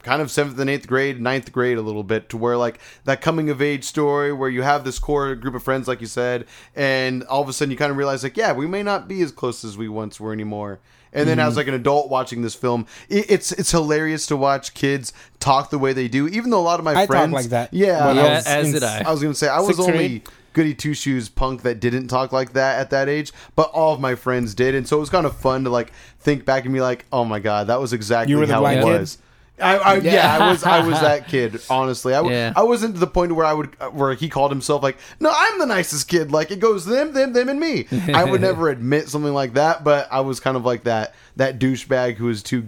S4: kind of seventh and eighth grade, ninth grade a little bit to where like that coming of age story where you have this core group of friends, like you said, and all of a sudden you kind of realize like, yeah, we may not be as close as we once were anymore. And then
S2: Mm-hmm.
S4: as like an adult watching this film, it, it's it's hilarious to watch kids talk the way they do. Even though a lot of my
S2: I
S4: friends
S2: talk like that.
S4: Yeah,
S2: when I
S3: Yeah,
S2: was
S3: as
S2: in-
S3: did I.
S4: I was gonna say I was
S2: Sixth
S4: only
S2: grade.
S4: goody two shoes punk that didn't talk like that at that age, but all of my friends did, and so it was kind of fun to like think back and be like, oh my god, that was exactly
S2: You were the
S4: how it
S2: black kid?
S4: was. I, I, yeah. I was I was that kid. Honestly, I, w-
S3: Yeah.
S4: I wasn't to the point where I would uh, where he called himself like, no, I'm the nicest kid. Like it goes them, them, them, and me. I would never admit something like that, but I was kind of like that that douchebag who was too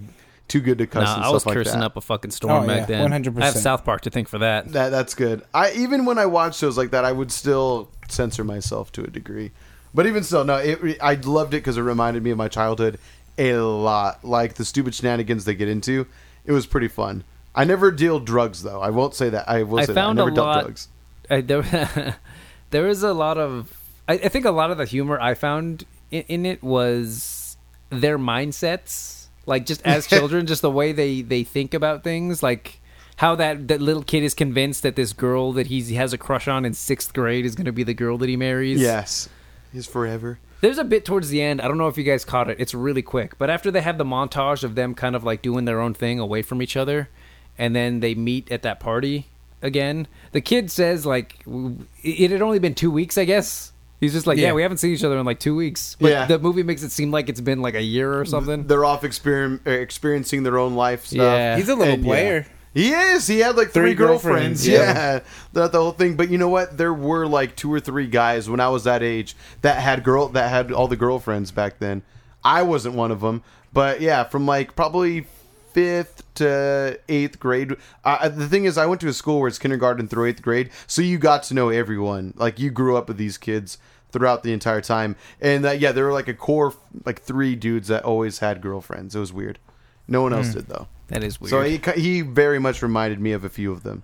S4: too good to cuss.
S3: Nah,
S4: and
S3: Uh, I
S4: stuff
S3: was
S4: like
S3: cursing
S4: that.
S3: up a fucking storm
S2: Oh,
S3: back
S2: yeah,
S3: then.
S2: 100%.
S3: I have South Park to thank for that.
S4: That that's good. I even when I watch shows like that, I would still censor myself to a degree. But even still, no, it re- I loved it because it reminded me of my childhood a lot. Like the stupid shenanigans they get into, it was pretty fun. I never deal drugs though. I won't say that. I will
S3: I
S4: say
S3: found
S4: that. I never
S3: a
S4: dealt
S3: lot.
S4: drugs.
S3: I, there, there is a lot of. I, I think a lot of the humor I found in, in it was their mindsets, like just as children, just the way they they think about things, like how that that little kid is convinced that this girl that he's, he has a crush on in sixth grade is going to be the girl that he marries.
S4: Yes, he's forever.
S3: There's a bit towards the end. I don't know if you guys caught it. It's really quick. But after they have the montage of them kind of like doing their own thing away from each other, and then they meet at that party again, the kid says, like, w- it had only been two weeks, I guess. He's just like, yeah,
S2: Yeah.
S3: we haven't seen each other in like two weeks. But
S4: Yeah.
S3: the movie makes it seem like it's been like a year or something.
S4: They're off experim- er, experiencing their own life stuff.
S3: Yeah.
S2: He's a little
S4: And, yeah.
S2: player.
S4: He is. He had like three,
S2: Three
S4: girlfriends.
S2: girlfriends,
S4: Yeah. That the whole thing. But you know what? There were like two or three guys when I was that age that had girl that had all the girlfriends back then. I wasn't one of them. But yeah, from like probably fifth to eighth grade. Uh, the thing is, I went to a school where it's kindergarten through eighth grade, so you got to know everyone. Like you grew up with these kids throughout the entire time. And uh, yeah, there were like a core like three dudes that always had girlfriends. It was weird. No one else did though.
S3: That is weird.
S4: So he ki- he very much reminded me of a few of them.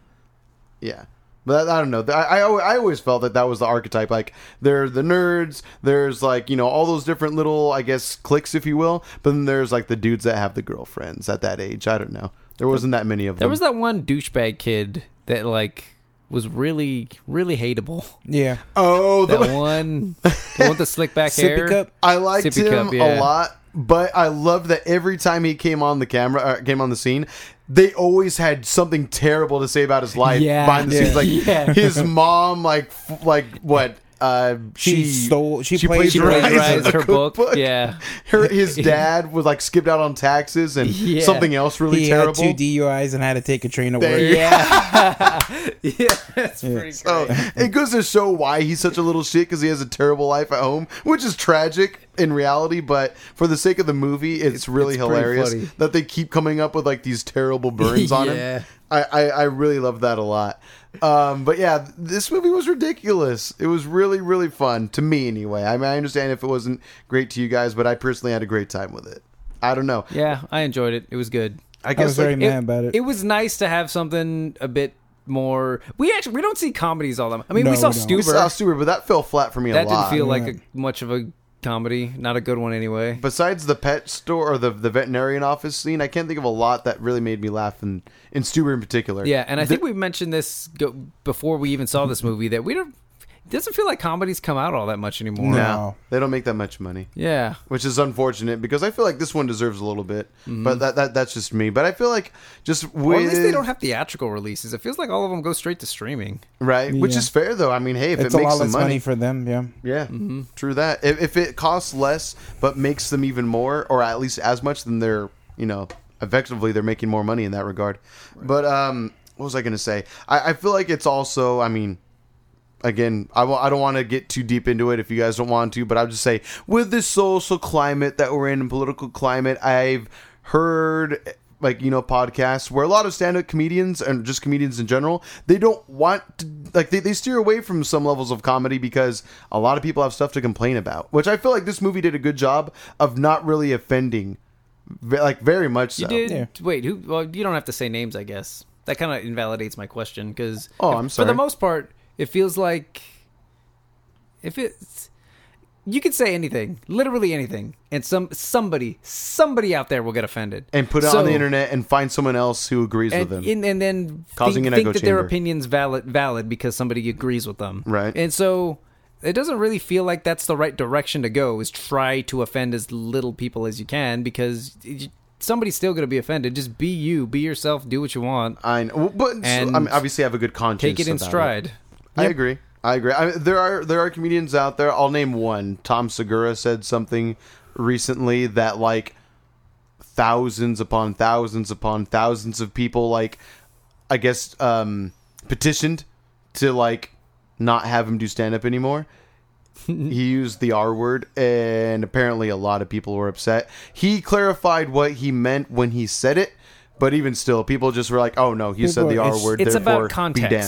S4: Yeah. But I I don't know. I, I al- I always felt that that was the archetype. Like there are the nerds. There's like you know all those different little I guess cliques, if you will. But then there's like the dudes that have the girlfriends at that age. I don't know. There wasn't that many of them.
S3: There was that one douchebag kid that like was really really hateable.
S2: Yeah.
S4: Oh,
S3: That one, the one with the slick back hair.
S2: Sippy cup.
S4: I liked
S3: Sippy
S4: him
S3: cup, yeah.
S4: a lot, but I love that every time he came on the camera, uh, came on the scene, they always had something terrible to say about his life
S3: Yeah.
S4: behind the
S3: Yeah.
S4: scenes. Like
S3: Yeah.
S4: his mom, like f- like what. Uh,
S2: She
S4: she,
S2: stole- she
S4: she
S2: played
S4: plays
S3: She
S2: Rise
S3: plays
S2: in
S3: Rise,
S4: the
S3: her book.
S4: cookbook.
S3: Yeah,
S4: Her, his dad was like skipped out on taxes and
S3: Yeah.
S4: something else really
S2: he
S4: terrible.
S2: had two DUIs and had to take a train to
S4: There
S2: work.
S4: you
S3: yeah, yeah. That's pretty
S4: So
S3: great.
S4: it goes to show why he's such a little shit because he has a terrible life at home, which is tragic in reality. But for the sake of the movie, it's, really
S3: it's pretty
S4: hilarious
S3: funny.
S4: that they keep coming up with like these terrible burns on
S3: Yeah.
S4: him. I, I, I really love that a lot. Um, but yeah, this movie was ridiculous. It was really, really fun to me anyway. I mean, I understand if it wasn't great to you guys, but I personally had a great time with it. I don't know.
S3: yeah, I enjoyed it. It was good.
S4: I
S2: I
S4: guess
S2: was very
S4: like,
S2: mad about it.
S3: It was nice to have something a bit more. We actually we don't see comedies all that. much. I mean,
S2: No,
S3: we saw
S2: we don't.
S3: Stuber.
S4: we saw Stuber, but that fell flat for me
S3: that
S4: a lot.
S3: didn't feel like a, much of a comedy. Not a good one anyway.
S4: besides the pet store or the the veterinarian office scene, I can't think of a lot that really made me laugh, and in Stuber in particular.
S3: Yeah, and I think we mentioned this go, before we even saw this movie that we don't. It doesn't feel like comedies come out all that much anymore.
S4: no,
S2: No.
S4: they don't make that much money,
S3: Yeah.
S4: which is unfortunate because I feel like this one deserves a little bit, but that, that that's just me. But I feel like just with
S3: Or Mm-hmm. at least they don't have theatrical releases. It feels like all of them go straight to streaming.
S4: right, which
S2: Yeah.
S4: is fair though. I mean, hey, if
S2: it's
S4: it
S2: a
S4: makes
S2: lot
S4: some
S2: less
S4: money,
S2: money for them. Yeah.
S4: yeah,
S3: Mm-hmm.
S4: true that. If, if it costs less but makes them even more, or at least as much, then they're you know effectively they're making more money in that regard. But um, what was I going to say? I, I feel like it's also, I mean. again, I w- I don't want to get too deep into it if you guys don't want to, but I'll just say with this social climate that we're in and political climate, I've heard like you know podcasts where a lot of stand-up comedians and just comedians in general they don't want to like they, they steer away from some levels of comedy because a lot of people have stuff to complain about which i feel like this movie did a good job of not really offending ve- like very much so
S3: You did.
S2: Yeah.
S3: Wait, who? Well, you don't have to say names, I guess. That kind of invalidates my question because.
S4: Oh, I'm
S3: For
S4: sorry.
S3: the most part, it feels like if it's you could say anything, literally anything, and some somebody somebody out there will get offended
S4: and put it
S3: So-
S4: on the internet and find someone else who agrees
S3: and,
S4: with them
S3: and, and then
S4: Causing
S3: think,
S4: an
S3: think
S4: echo
S3: that their
S4: chamber.
S3: opinions valid valid because somebody agrees with them,
S4: Right.
S3: And so it doesn't really feel like that's the right direction to go. Is try to offend as little people as you can because y- somebody's still going to be offended. Just be you, be yourself, do what you want,
S4: I know, but
S3: And
S4: I mean, obviously have a good conscience.
S3: take it in
S4: about
S3: stride.
S4: I agree. I agree. I, there are there are comedians out there. I'll name one. Tom Segura said something recently that like thousands upon thousands upon thousands of people like I guess um petitioned to like not have him do stand up anymore. he used the R word and apparently a lot of people were upset. He clarified what he meant when he said it. But even still, people just were like, "Oh no, he said
S2: People-
S4: the R
S2: it's-
S4: word."
S3: It's
S4: therefore
S3: about
S4: Be damned.
S3: context. I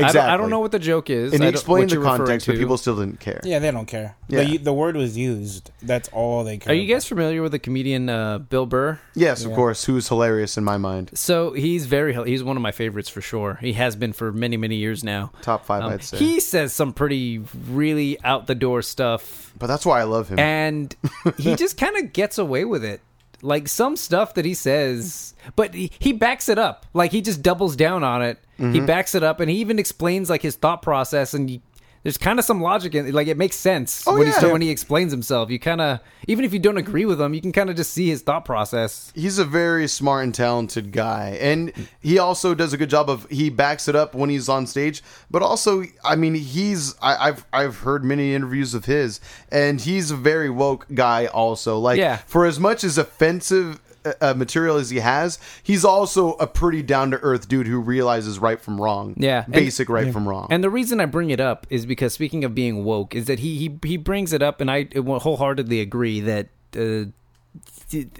S3: don't-
S4: Exactly.
S3: I, don't know what the joke is.
S4: And
S3: I
S4: he
S3: don't-
S4: explained
S3: what
S4: the
S3: you're referring
S4: context, but
S3: to.
S4: people still didn't care.
S2: Yeah, they don't care.
S4: Yeah.
S2: The, u- the word was used. That's all they care.
S3: Are you
S2: about.
S3: guys familiar with the comedian uh, Bill Burr?
S4: Yes, of course. Who's hilarious in my mind?
S3: So he's very he's one of my favorites for sure. He has been for many many years now.
S4: Top five,
S3: Um,
S4: I'd say.
S3: He says some pretty really out the door stuff,
S4: but that's why I love him.
S3: and he just kind of gets away with it. Like some stuff that he says, but he, he backs it up. Like he just doubles down on it.
S4: Mm-hmm.
S3: He backs it up, and he even explains like his thought process. And you, there's kind of some logic in it. Like it makes sense
S4: Oh,
S3: when, he,
S4: yeah.
S3: when he explains himself. You kind of even if you don't agree with him, you can kind of just see his thought process.
S4: he's a very smart and talented guy, and he also does a good job of he backs it up when he's on stage. But also, I mean, he's I, I've I've heard many interviews of his, and he's a very woke guy. Also, like
S3: Yeah.
S4: for as much as offensive. uh, Uh, material as he has, he's also a pretty down to earth dude who realizes right from wrong.
S3: Yeah, and-
S4: basic right from wrong.
S3: And the reason I bring it up is because speaking of being woke, is that he he, he brings it up, and I wholeheartedly agree that. Uh,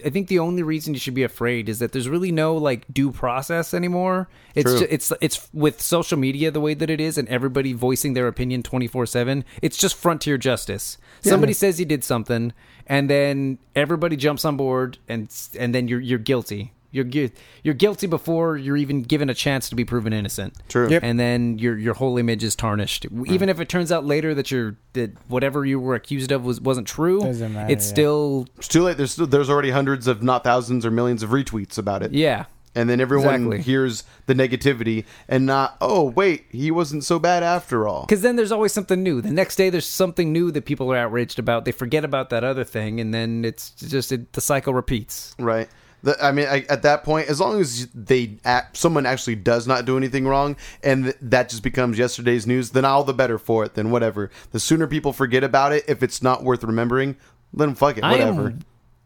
S3: I think the only reason you should be afraid is that there's really no like due process anymore. It's
S4: True.
S3: ju- it's it's with social media the way that it is, and everybody voicing their opinion 24 seven. It's just frontier justice. Somebody says he did something, and then everybody jumps on board, and s- and then you're you're guilty. You're gu- you're guilty before you're even given a chance to be proven innocent.
S4: True.
S2: Yep.
S3: And then your your whole image is tarnished.
S2: Hmm.
S3: Even if it turns out later that you're that whatever you were accused of was wasn't true,
S2: Doesn't matter,
S3: it's
S2: yeah.
S3: still
S4: It's too late. There's there's already hundreds, if not thousands or millions, of retweets about it.
S3: yeah.
S4: and then everyone
S3: Exactly.
S4: hears the negativity and not oh wait he wasn't so bad after all
S3: Because then there's always something new. The next day, there's something new that people are outraged about. They forget about that other thing, and then it's just it, the cycle repeats.
S4: Right. The, I mean, I, at that point, as long as they act, someone actually does not do anything wrong, and th- that just becomes yesterday's news, then all the better for it. Then whatever. The sooner people forget about it, if it's not worth remembering, then fuck it. Whatever.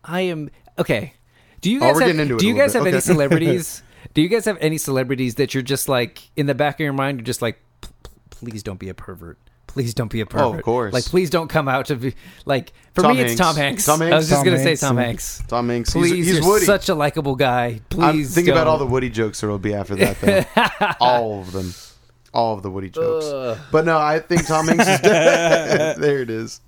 S3: I am. I am okay. Do you
S4: Oh,
S3: guys
S4: we're
S3: have,
S4: getting into it
S3: do
S4: a
S3: you
S4: little
S3: guys
S4: bit.
S3: have any
S4: Okay.
S3: celebrities? do you guys have any celebrities that you're just like in the back of your mind? You're just like, "P- p- please don't be a pervert. Please don't be a pervert.
S4: Oh, course.
S3: Like, please don't come out to be like. For
S4: Tom
S3: me, it's
S4: Hanks.
S3: Tom Hanks.
S4: Tom
S3: I
S4: Hanks.
S3: was just
S2: Tom
S3: gonna
S2: Hanks
S3: say Tom
S2: and-
S3: Hanks.
S4: Tom Hanks.
S3: Please,
S4: he's, he's
S3: you're
S4: Woody.
S3: such a likable guy.
S4: I'm,
S3: Please
S4: think about all
S3: don't.
S4: the Woody jokes there will be after that, though. all of them. All of the Woody jokes. But no, I think Tom Hanks is. De- there it is.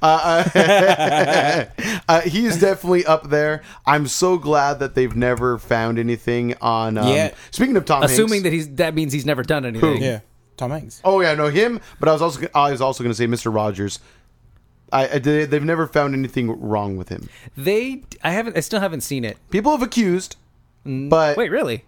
S4: Uh, uh, uh, he is definitely up there. I'm so glad that they've never found anything on. Um,
S2: Yeah.
S4: Speaking of Tom Hanks.
S3: Assuming that he's that means he's never done anything.
S2: Yeah, Tom Hanks.
S4: Oh yeah, no him. But I was also I was also going to say Mr. Rogers. I, I they, they've never found anything wrong with him.
S3: They, I haven't, I still haven't seen it.
S4: People have accused, but
S3: Mm. Wait, really?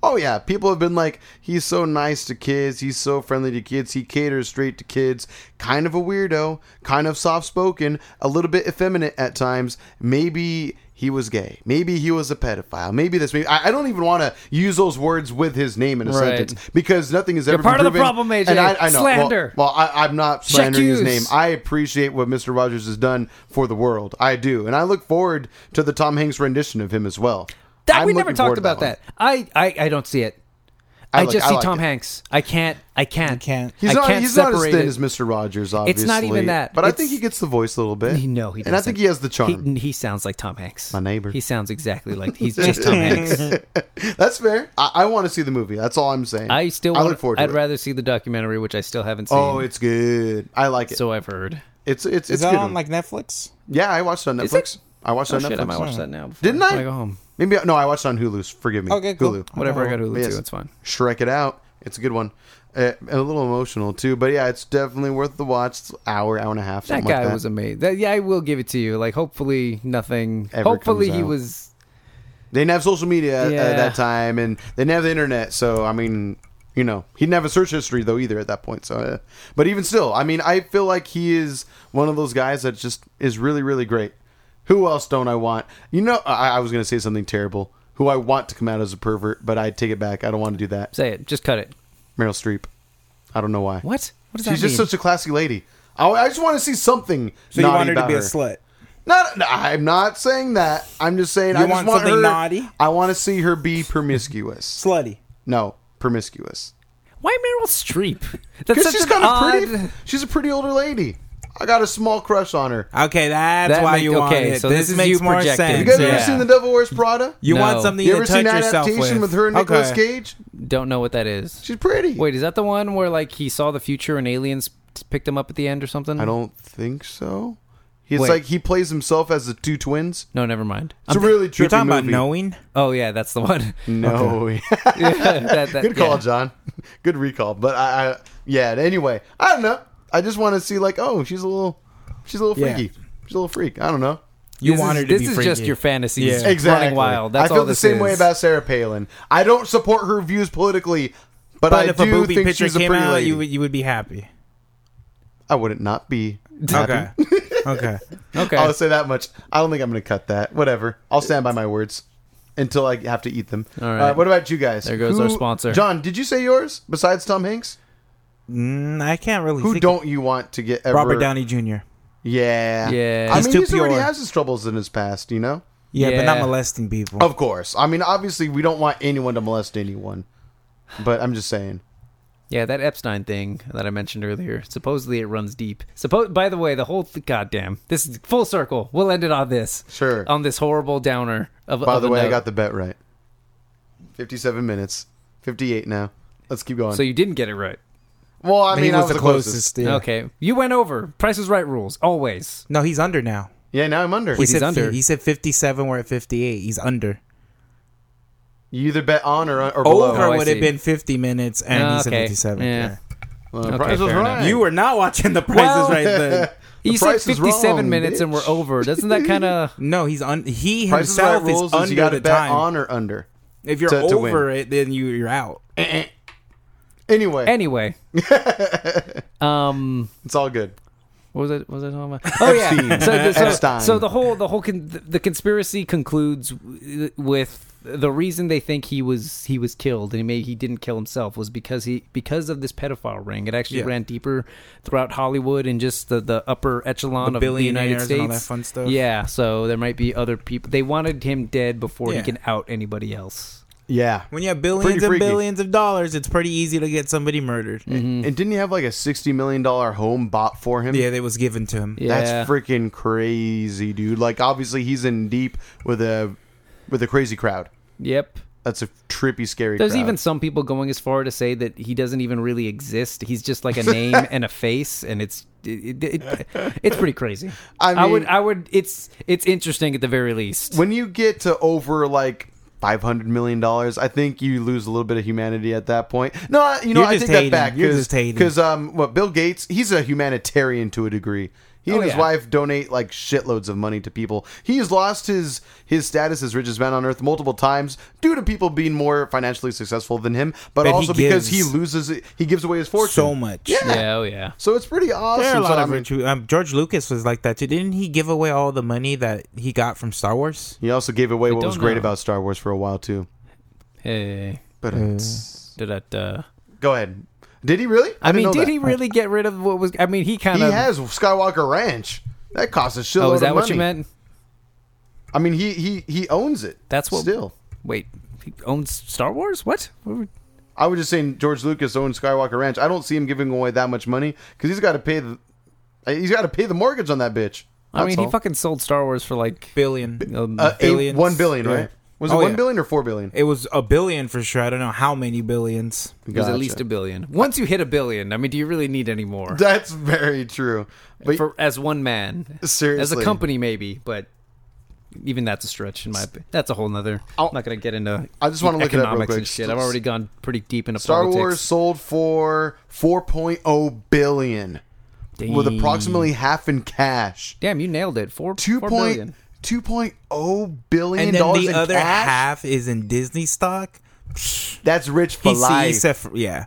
S4: oh yeah, people have been like he's so nice to kids, he's so friendly to kids, he caters straight to kids. Kind of a weirdo, kind of soft spoken, a little bit effeminate at times. Maybe he was gay. Maybe he was a pedophile. Maybe this. Maybe I, I don't even want to use those words with his name in a
S3: Right.
S4: sentence because nothing is ever
S3: part
S4: been
S3: of the
S4: proven.
S3: problem, AJ.
S4: And I, I know. Well-
S3: Slander.
S4: Well, I, I'm not slandering his
S3: Hughes.
S4: name. I appreciate what Mr. Rogers has done for the world. I do, and I look forward to the Tom Hanks rendition of him as well.
S3: That
S4: I'm
S3: we never
S4: looking
S3: talked
S4: forward to
S3: about
S4: one.
S3: that. I, I, I don't see it.
S4: I
S3: I,
S4: like-
S3: just
S4: I
S3: see
S4: like
S3: Tom
S4: it.
S3: Hands. Hanks. I can't. I can't.
S2: can't.
S3: I
S4: He's not.
S3: can't
S4: He's not
S3: separate
S4: as thin
S3: it.
S4: as Mr. Rogers. Obviously,
S3: It's not even that.
S4: But I
S3: It's-
S4: think he gets the voice a little bit.
S3: He- no, he doesn't.
S4: And I think he has the charm.
S3: He, he sounds like Tom Hanks.
S4: My neighbor.
S3: He sounds exactly like he's just Tom Hanks.
S4: That's fair. I, I want to see the movie. That's all I'm saying.
S3: I still.
S4: I
S3: Want,
S4: look forward to
S3: I'd
S4: it.
S3: rather see the documentary, which I still haven't seen.
S4: Oh, it's good. I like it.
S3: so I've heard.
S4: it's it's
S2: Is
S4: it's
S2: that
S4: good.
S2: on
S4: one.
S2: like Netflix?
S4: yeah, I watched it on
S3: Is it?
S4: Netflix. I watched
S3: Oh
S4: it on Netflix.
S3: shit! I might watch that now. before-
S4: Didn't
S3: when
S4: I?
S3: go home.
S4: Maybe no. I watched it on Hulu's. Forgive me.
S2: Okay, cool.
S4: Hulu.
S3: Whatever. I got Hulu
S4: Yes.
S3: too. It's fine.
S4: Shrek it out. It's a good one. Uh, and a little emotional too, but yeah, it's definitely worth the watch. It's hour, hour and a half.
S3: That
S4: Something
S3: guy
S4: like that.
S3: was amazing. That, yeah, I will give it to you. Like, hopefully nothing.
S4: Ever
S3: hopefully
S4: comes
S3: he
S4: out.
S3: was.
S4: They didn't have social media at- at
S3: Yeah.
S4: that time, and they didn't have the internet. So I mean, you know, he didn't have a search history though either at that point. So, uh, but even still, I mean, I feel like he is one of those guys that just is really, really great. Who else don't I want? You know, I, I was gonna say something terrible. Who I want to come out as a pervert, but I take it back. I don't want to do that.
S3: Say it. Just cut it.
S4: Meryl Streep. I don't know why.
S3: What? What does
S4: She's
S3: that
S4: just
S3: mean?
S4: such a classy lady. I, I just want to see something.
S2: So
S4: naughty
S2: you want her to
S4: about
S2: be a slut?
S4: No, no, I'm not saying that. I'm just saying I just
S2: want
S4: want
S2: something
S4: her.
S2: naughty?
S4: I want to see her be promiscuous.
S2: Slutty.
S4: No, promiscuous.
S3: Why Meryl Streep? That's
S4: Because
S3: such
S4: she's
S3: an
S4: kind of
S3: odd-
S4: pretty. She's a pretty older lady. I got a small crush on her.
S2: Okay, that's
S3: That
S2: why
S3: make-
S2: you want
S3: okay,
S2: it.
S3: so
S2: this,
S3: this is
S2: makes
S3: you
S2: more
S3: projecting.
S2: sense.
S4: You guys
S3: Yeah.
S4: ever seen The Devil Wears Prada?
S2: You
S3: No.
S2: want something
S4: You
S2: you
S4: ever
S2: to touch
S4: seen that
S2: yourself
S4: adaptation with,
S2: with
S4: her and Nicolas
S2: Okay.
S4: Cage?
S3: Don't know what that is.
S4: She's pretty.
S3: Wait, is that the one where like he saw the future and aliens picked him up at the end or something?
S4: I don't think so. He's
S3: Wait.
S4: like he plays himself as the two twins.
S3: No, never mind.
S4: It's a really trippy
S2: You're talking about
S4: movie.
S2: knowing.
S3: Oh yeah, that's the one.
S4: No,
S3: Yeah, that- that-
S4: good call,
S3: yeah.
S4: John. Good recall. But I, I, yeah. Anyway, I don't know. I just want to see like, oh, she's a little, she's a little
S2: Yeah.
S4: freaky. She's a little freak. I don't know.
S2: You
S3: This
S2: want
S3: is-
S2: her to
S3: This
S2: be
S3: is
S2: freaky.
S3: just your fantasies
S2: Yeah.
S3: running wild. That's
S4: I feel
S3: all
S4: the
S3: this
S4: same way
S3: is.
S4: about Sarah Palin. I don't support her views politically,
S2: But
S4: but, I
S2: if a
S4: do
S2: booby
S4: think
S2: picture
S4: she's a
S2: came
S4: pretty
S2: out,
S4: lady.
S2: you would you would be happy.
S4: I wouldn't not be. happy.
S2: Okay. okay.
S3: Okay.
S4: I'll say that much. I don't think I'm going to cut that. Whatever. I'll stand by my words until I have to eat them. All
S3: All
S4: right.
S3: right.
S4: what about you guys? There
S3: goes our sponsor.
S4: John, did you say yours besides Tom Hanks?
S2: Mm, I can't really.
S4: Who
S2: think
S4: don't you want to get ever?
S2: Robert Downey Jr.
S4: Yeah.
S3: Yeah.
S4: I
S2: He's
S4: mean,
S2: too
S4: he's already
S2: pure.
S4: has his troubles in his past, you know?
S2: Yeah, but not
S3: Yeah.
S2: molesting people.
S4: Of course. I mean, obviously, we don't want anyone to molest anyone. But I'm just saying.
S3: yeah, that Epstein thing that I mentioned earlier. Supposedly it runs deep. Suppose. By the way, the whole th- goddamn. This is full circle. We'll end it on this.
S4: Sure.
S3: On this horrible downer of.
S4: By
S3: of
S4: the
S3: a
S4: way, I
S3: note.
S4: got the bet right. 57 minutes. 58 now. Let's keep going.
S3: So you didn't get it right.
S4: well, I mean,
S2: he
S4: I
S2: was, the closest. yeah.
S3: Okay, you went over. Price is Right rules always.
S2: No, he's under now.
S4: Yeah, now I'm under.
S2: He
S3: Wait, he's
S2: said,
S3: under.
S2: fi- He said 57. We're at 58. He's under.
S4: You either bet on or, or below.
S2: Over
S3: Oh, I
S2: would have
S3: see.
S2: been 50 minutes, and he said
S3: Okay.
S2: 57.
S3: Yeah.
S4: Well,
S3: Okay,
S4: Price was
S3: fair enough.
S4: right.
S2: You were not watching the prices
S3: Well-
S2: right then.
S3: You said
S4: price is wrong,
S3: 57 minutes and we're
S4: bitch.
S3: over. Doesn't that kind of
S2: No, he's un- he
S4: Price is
S2: himself
S4: right rules
S2: is
S4: is
S2: under
S4: you got to
S2: the
S4: bet
S2: time.
S4: on or under.
S2: If you're
S4: To- to
S2: over it, then you, you're out.
S4: Anyway,
S3: Anyway, um,
S4: it's all good.
S3: what was I what was I talking about? Oh yeah,
S4: Epstein.
S3: so, so,
S4: Epstein.
S3: so the whole the whole con- the conspiracy concludes w- with the reason they think he was he was killed and maybe he didn't kill himself was because he because of this pedophile ring. It actually
S2: Yeah.
S3: ran deeper throughout Hollywood and just the, the upper echelon
S2: The
S3: of the United
S2: billionaires
S3: States.
S2: and all that fun stuff.
S3: Yeah, so there might be other people. They wanted him dead before
S2: Yeah.
S3: he can out anybody else.
S4: Yeah.
S2: When you have billions and
S4: freaky. Mm.
S2: billions of dollars, it's pretty easy to get somebody murdered.
S3: Mm-hmm.
S4: And didn't he have like a sixty million dollar home bought for him?
S2: Yeah, that was given to him.
S3: Yeah.
S4: That's freaking crazy, dude. Like obviously he's in deep with a with a crazy crowd.
S3: Yep.
S4: That's a trippy, scary.
S3: There's
S4: crowd.
S3: even some people going as far to say that he doesn't even really exist. He's just like a name and a face, and it's it, it, it- it's pretty crazy.
S4: I
S3: would
S4: mean-
S3: I would it's it's interesting at the very least.
S4: when you get to over like five hundred million dollars, I think you lose a little bit of humanity at that point. No, I- you know,
S2: You're
S4: I
S2: just
S4: take that
S2: hating.
S4: back.
S2: You're just hating.
S4: Because um, what Bill Gates, he's a humanitarian to a degree.
S2: Oh,
S4: He and his
S3: yeah.
S4: wife donate like shitloads of money to people. He has lost his his status as richest man on earth multiple times due to people being more financially successful than him, but,
S2: But he
S4: also because he
S2: gives
S4: loses he gives away his fortune.
S2: So much.
S4: Yeah.
S3: yeah, oh yeah.
S4: So it's pretty awesome.
S2: There are a
S4: So,
S2: lot
S4: I
S2: of
S4: mean,
S2: rich. Um, George Lucas was like that too. Didn't he give away all the money that he got from Star Wars?
S4: He also gave away what
S3: don't
S4: was great
S3: know.
S4: about Star Wars for a while too.
S3: Hey,
S4: But it's-
S3: did that, uh,
S4: go ahead. Did he really?
S3: I, mean,
S4: didn't know
S3: did
S4: that.
S3: he really get rid of what was? I mean, he kind
S4: He
S3: of.
S4: has Skywalker Ranch. That costs a shitload.
S3: oh, is that
S4: of
S3: what you
S4: money.
S3: meant?
S4: I mean, he he he owns it.
S3: That's what-
S4: Still,
S3: Wait, he owns Star Wars? What? What were-
S4: I was just saying George Lucas owns Skywalker Ranch. I don't see him giving away that much money because he's got to pay the he's got to pay the mortgage on that bitch.
S3: I mean,
S4: That's
S3: he
S4: all.
S3: fucking sold Star Wars for like.
S2: Billion.
S3: Um,
S4: Uh, eight,
S2: billions.
S4: one billion,
S2: Yeah.
S4: right? Was it
S2: Oh,
S4: one
S2: yeah.
S4: billion or four billion?
S2: It was a billion for sure. I don't know how many billions.
S3: it was
S4: Gotcha.
S3: at least a billion. Once you hit a billion, I mean, do you really need any more?
S4: That's very true. But
S3: for as one man, as
S4: Seriously.
S3: a company, maybe, but even that's a stretch in my opinion. That's a whole nother.
S4: I'll-
S3: I'm not going to get into.
S4: I just wanna look it up real
S3: economics
S4: quick.
S3: and shit. I've already gone pretty deep into
S4: Star
S3: politics.
S4: Wars sold for 4.0 billion with
S3: Damn.
S4: approximately half in cash.
S3: Damn, you nailed it. Four,
S4: Two
S3: four
S4: point
S3: billion.
S4: two point oh billion
S2: And then
S4: dollars
S2: the
S4: in
S2: other
S4: cash?
S2: half is in Disney stock.
S4: That's rich for
S2: He
S4: life.
S2: sees, that- yeah.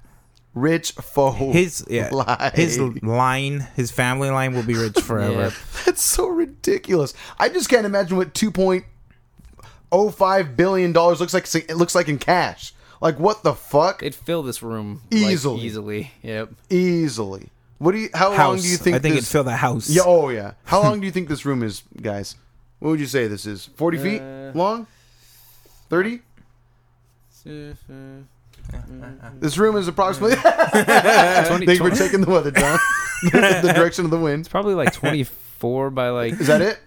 S4: rich for
S2: His yeah,
S4: life.
S2: his line, his family line will be rich forever.
S3: Yep.
S4: That's so ridiculous. I just can't imagine what two point oh five billion dollars looks like. It looks like in cash. Like what the fuck?
S3: It'd fill this room
S4: Easily.
S3: Like, easily. Yep.
S4: Easily. What do you? How long
S2: House.
S4: do you think?
S2: I think
S4: this,
S2: it'd fill the house.
S4: Yeah. Oh yeah. How long do you think this room is, guys? What would you say this is? Forty feet
S2: Uh,
S4: long? Thirty? This room is
S2: uh,
S4: approximately.
S3: Twenty-
S4: Thank you for
S3: twenty-
S4: taking the weather down. the direction of the wind.
S3: Probably like 24 by like.
S4: Is that it?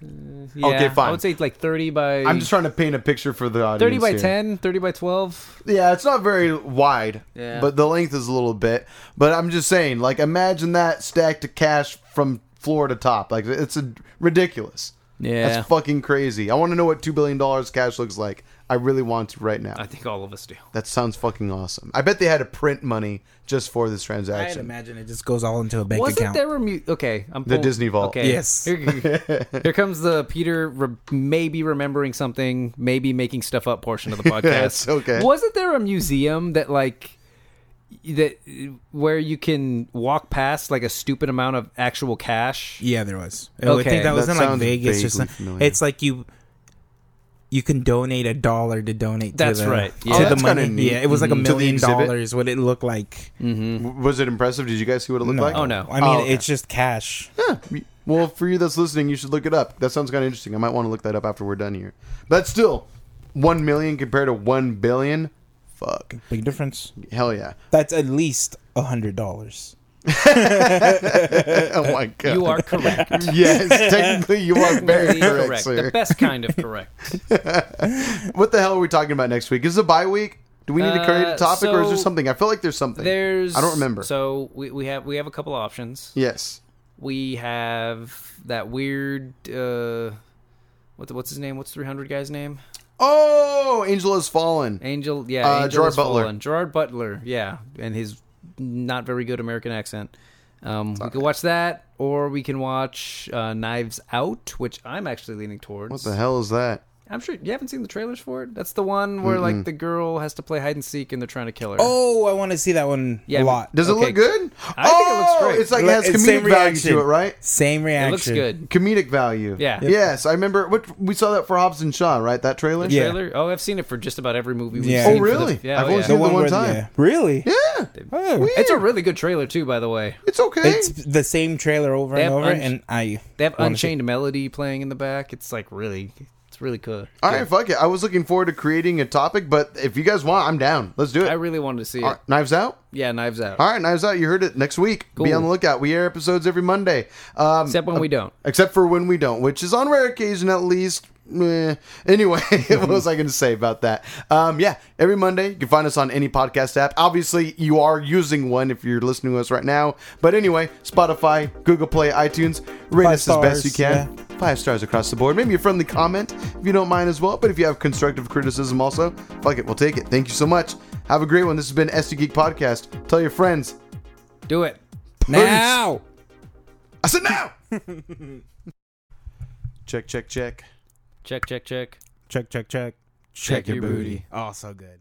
S3: yeah,
S4: okay, fine.
S3: I would say like 30 by.
S4: I'm just trying to paint a picture for the audience.
S3: 30 by
S4: here.
S3: 10, 30 by 12.
S4: Yeah, it's not very wide,
S3: Yeah.
S4: but the length is a little bit. But I'm just saying, like, imagine that stacked of cash from floor to top. Like, it's a, ridiculous.
S3: Yeah.
S4: That's fucking crazy. I want to know what $2 billion cash looks like. I really want to right now.
S3: I think all of us do.
S4: that sounds fucking awesome. I bet they had to print money just for this
S2: I'd
S4: transaction.
S2: imagine it just goes all into a bank
S3: Wasn't
S2: account.
S3: there a mu- okay? I'm
S4: The Disney Vault.
S3: Okay,
S2: Yes.
S3: Here, here comes the Peter re- maybe remembering something, maybe making stuff up portion of the podcast.
S4: Yes, okay.
S3: Wasn't there a museum that like that where you can walk past like a stupid amount of actual cash?
S2: Yeah, there was. I
S3: Okay.
S2: think that was
S4: That
S2: in like
S4: sounds
S2: Vegas or
S4: vaguely
S2: something.
S4: familiar.
S2: It's like you you can donate a dollar to donate
S3: That's
S2: to the,
S3: right.
S2: to
S3: Yeah. Oh,
S2: the
S4: that's kinda
S2: money.
S4: neat.
S2: Yeah, it was like a
S4: Mhm. To the
S2: million
S4: exhibit?
S2: dollars what it looked like.
S4: W- Was it impressive? Did you guys see what it looked like?
S3: Oh, no.
S2: I mean,
S4: Oh, okay.
S2: it's just cash.
S4: Well, for you that's listening, you should look it up. That sounds kind of interesting. I might want to look that up after we're done here. But still, 1 million compared to 1 billion? Fuck.
S2: Big difference.
S4: Hell yeah.
S2: That's at least a hundred dollars.
S4: Oh my god.
S3: Uh, You are correct.
S4: Yes, technically you are very
S3: Completely
S4: correct,
S3: correct.
S4: sir.
S3: The best kind of correct.
S4: What the hell are we talking about next week? Is it a bye week? Do we need to create a
S3: Uh,
S4: topic or is there
S3: so
S4: something? I feel like there's something.
S3: There's
S4: I don't remember.
S3: So we, we have we have a couple of options.
S4: yes.
S3: We have that weird uh what, what's his name? What's 300 guy's name?
S4: Oh, Angel has fallen.
S3: Angel, yeah,
S4: Uh,
S3: Angel
S4: Gerard
S3: is
S4: Butler.
S3: fallen. Gerard Butler, yeah, and his not very good American accent. Um, we can watch that, or we can watch uh, Knives Out, which I'm actually leaning towards.
S4: What the hell is that?
S3: I'm sure you haven't seen the trailers for it. That's the one where like the girl has to play hide and seek and they're trying to kill her.
S2: Oh, I want to see that one a
S3: Yeah,
S2: lot.
S4: Does
S3: Okay.
S4: it look good? Oh,
S3: I think it looks great.
S4: It's like it has
S2: It's
S4: comedic value
S2: reaction.
S4: to it, right?
S2: Same reaction.
S3: it looks good.
S4: Comedic value.
S3: Yeah. Yep.
S4: Yes, I remember. What we saw that for Hobbs and Shaw, right? That trailer.
S2: Yeah.
S3: Trailer. Oh, I've seen it for just about every movie. We've
S2: Yeah.
S3: seen
S2: Oh,
S3: for the-
S4: really?
S3: yeah,
S4: I've
S3: oh,
S4: only
S3: yeah.
S4: seen- The one
S2: where-
S4: time.
S2: yeah. Really?
S4: Yeah.
S2: Oh.
S4: Weird.
S3: It's a really good trailer too, by the way.
S4: It's okay.
S2: It's the same trailer over
S3: They
S2: and
S3: have
S2: over,
S3: un-
S2: and I.
S3: They have
S2: wanna
S3: Unchained Melody playing in the back. It's like really, it's really cool.
S4: All right, fuck it. I was looking forward to creating a topic, but if you guys want, I'm down. Let's do it.
S3: I really wanted to see
S4: All
S3: it.
S4: right, knives out.
S3: Yeah, Knives Out.
S4: All right, knives out. You heard it. Next week, be
S3: Cool.
S4: on the lookout. We air episodes every Monday. Um,
S3: Except when we don't.
S4: except for when we don't, which is on rare occasion at least. Meh. Anyway, what was I going to say about that? Um, yeah, every Monday you can find us on any podcast app. Obviously, you are using one if you're listening to us right now. But anyway, Spotify, Google Play, iTunes, rate
S2: Five
S4: us as best
S2: stars,
S4: you can. Five stars across the board. Maybe a friendly comment if you don't mind as well. But if you have constructive criticism, also fuck it, we'll take it. Thank you so much. Have a great one. This has been SD Geek Podcast. Tell your friends.
S3: Do it.
S2: Now.
S4: I said now. check, check, check.
S3: Check, check, check.
S2: Check, check, check.
S3: Check your booty.
S2: Oh, so good.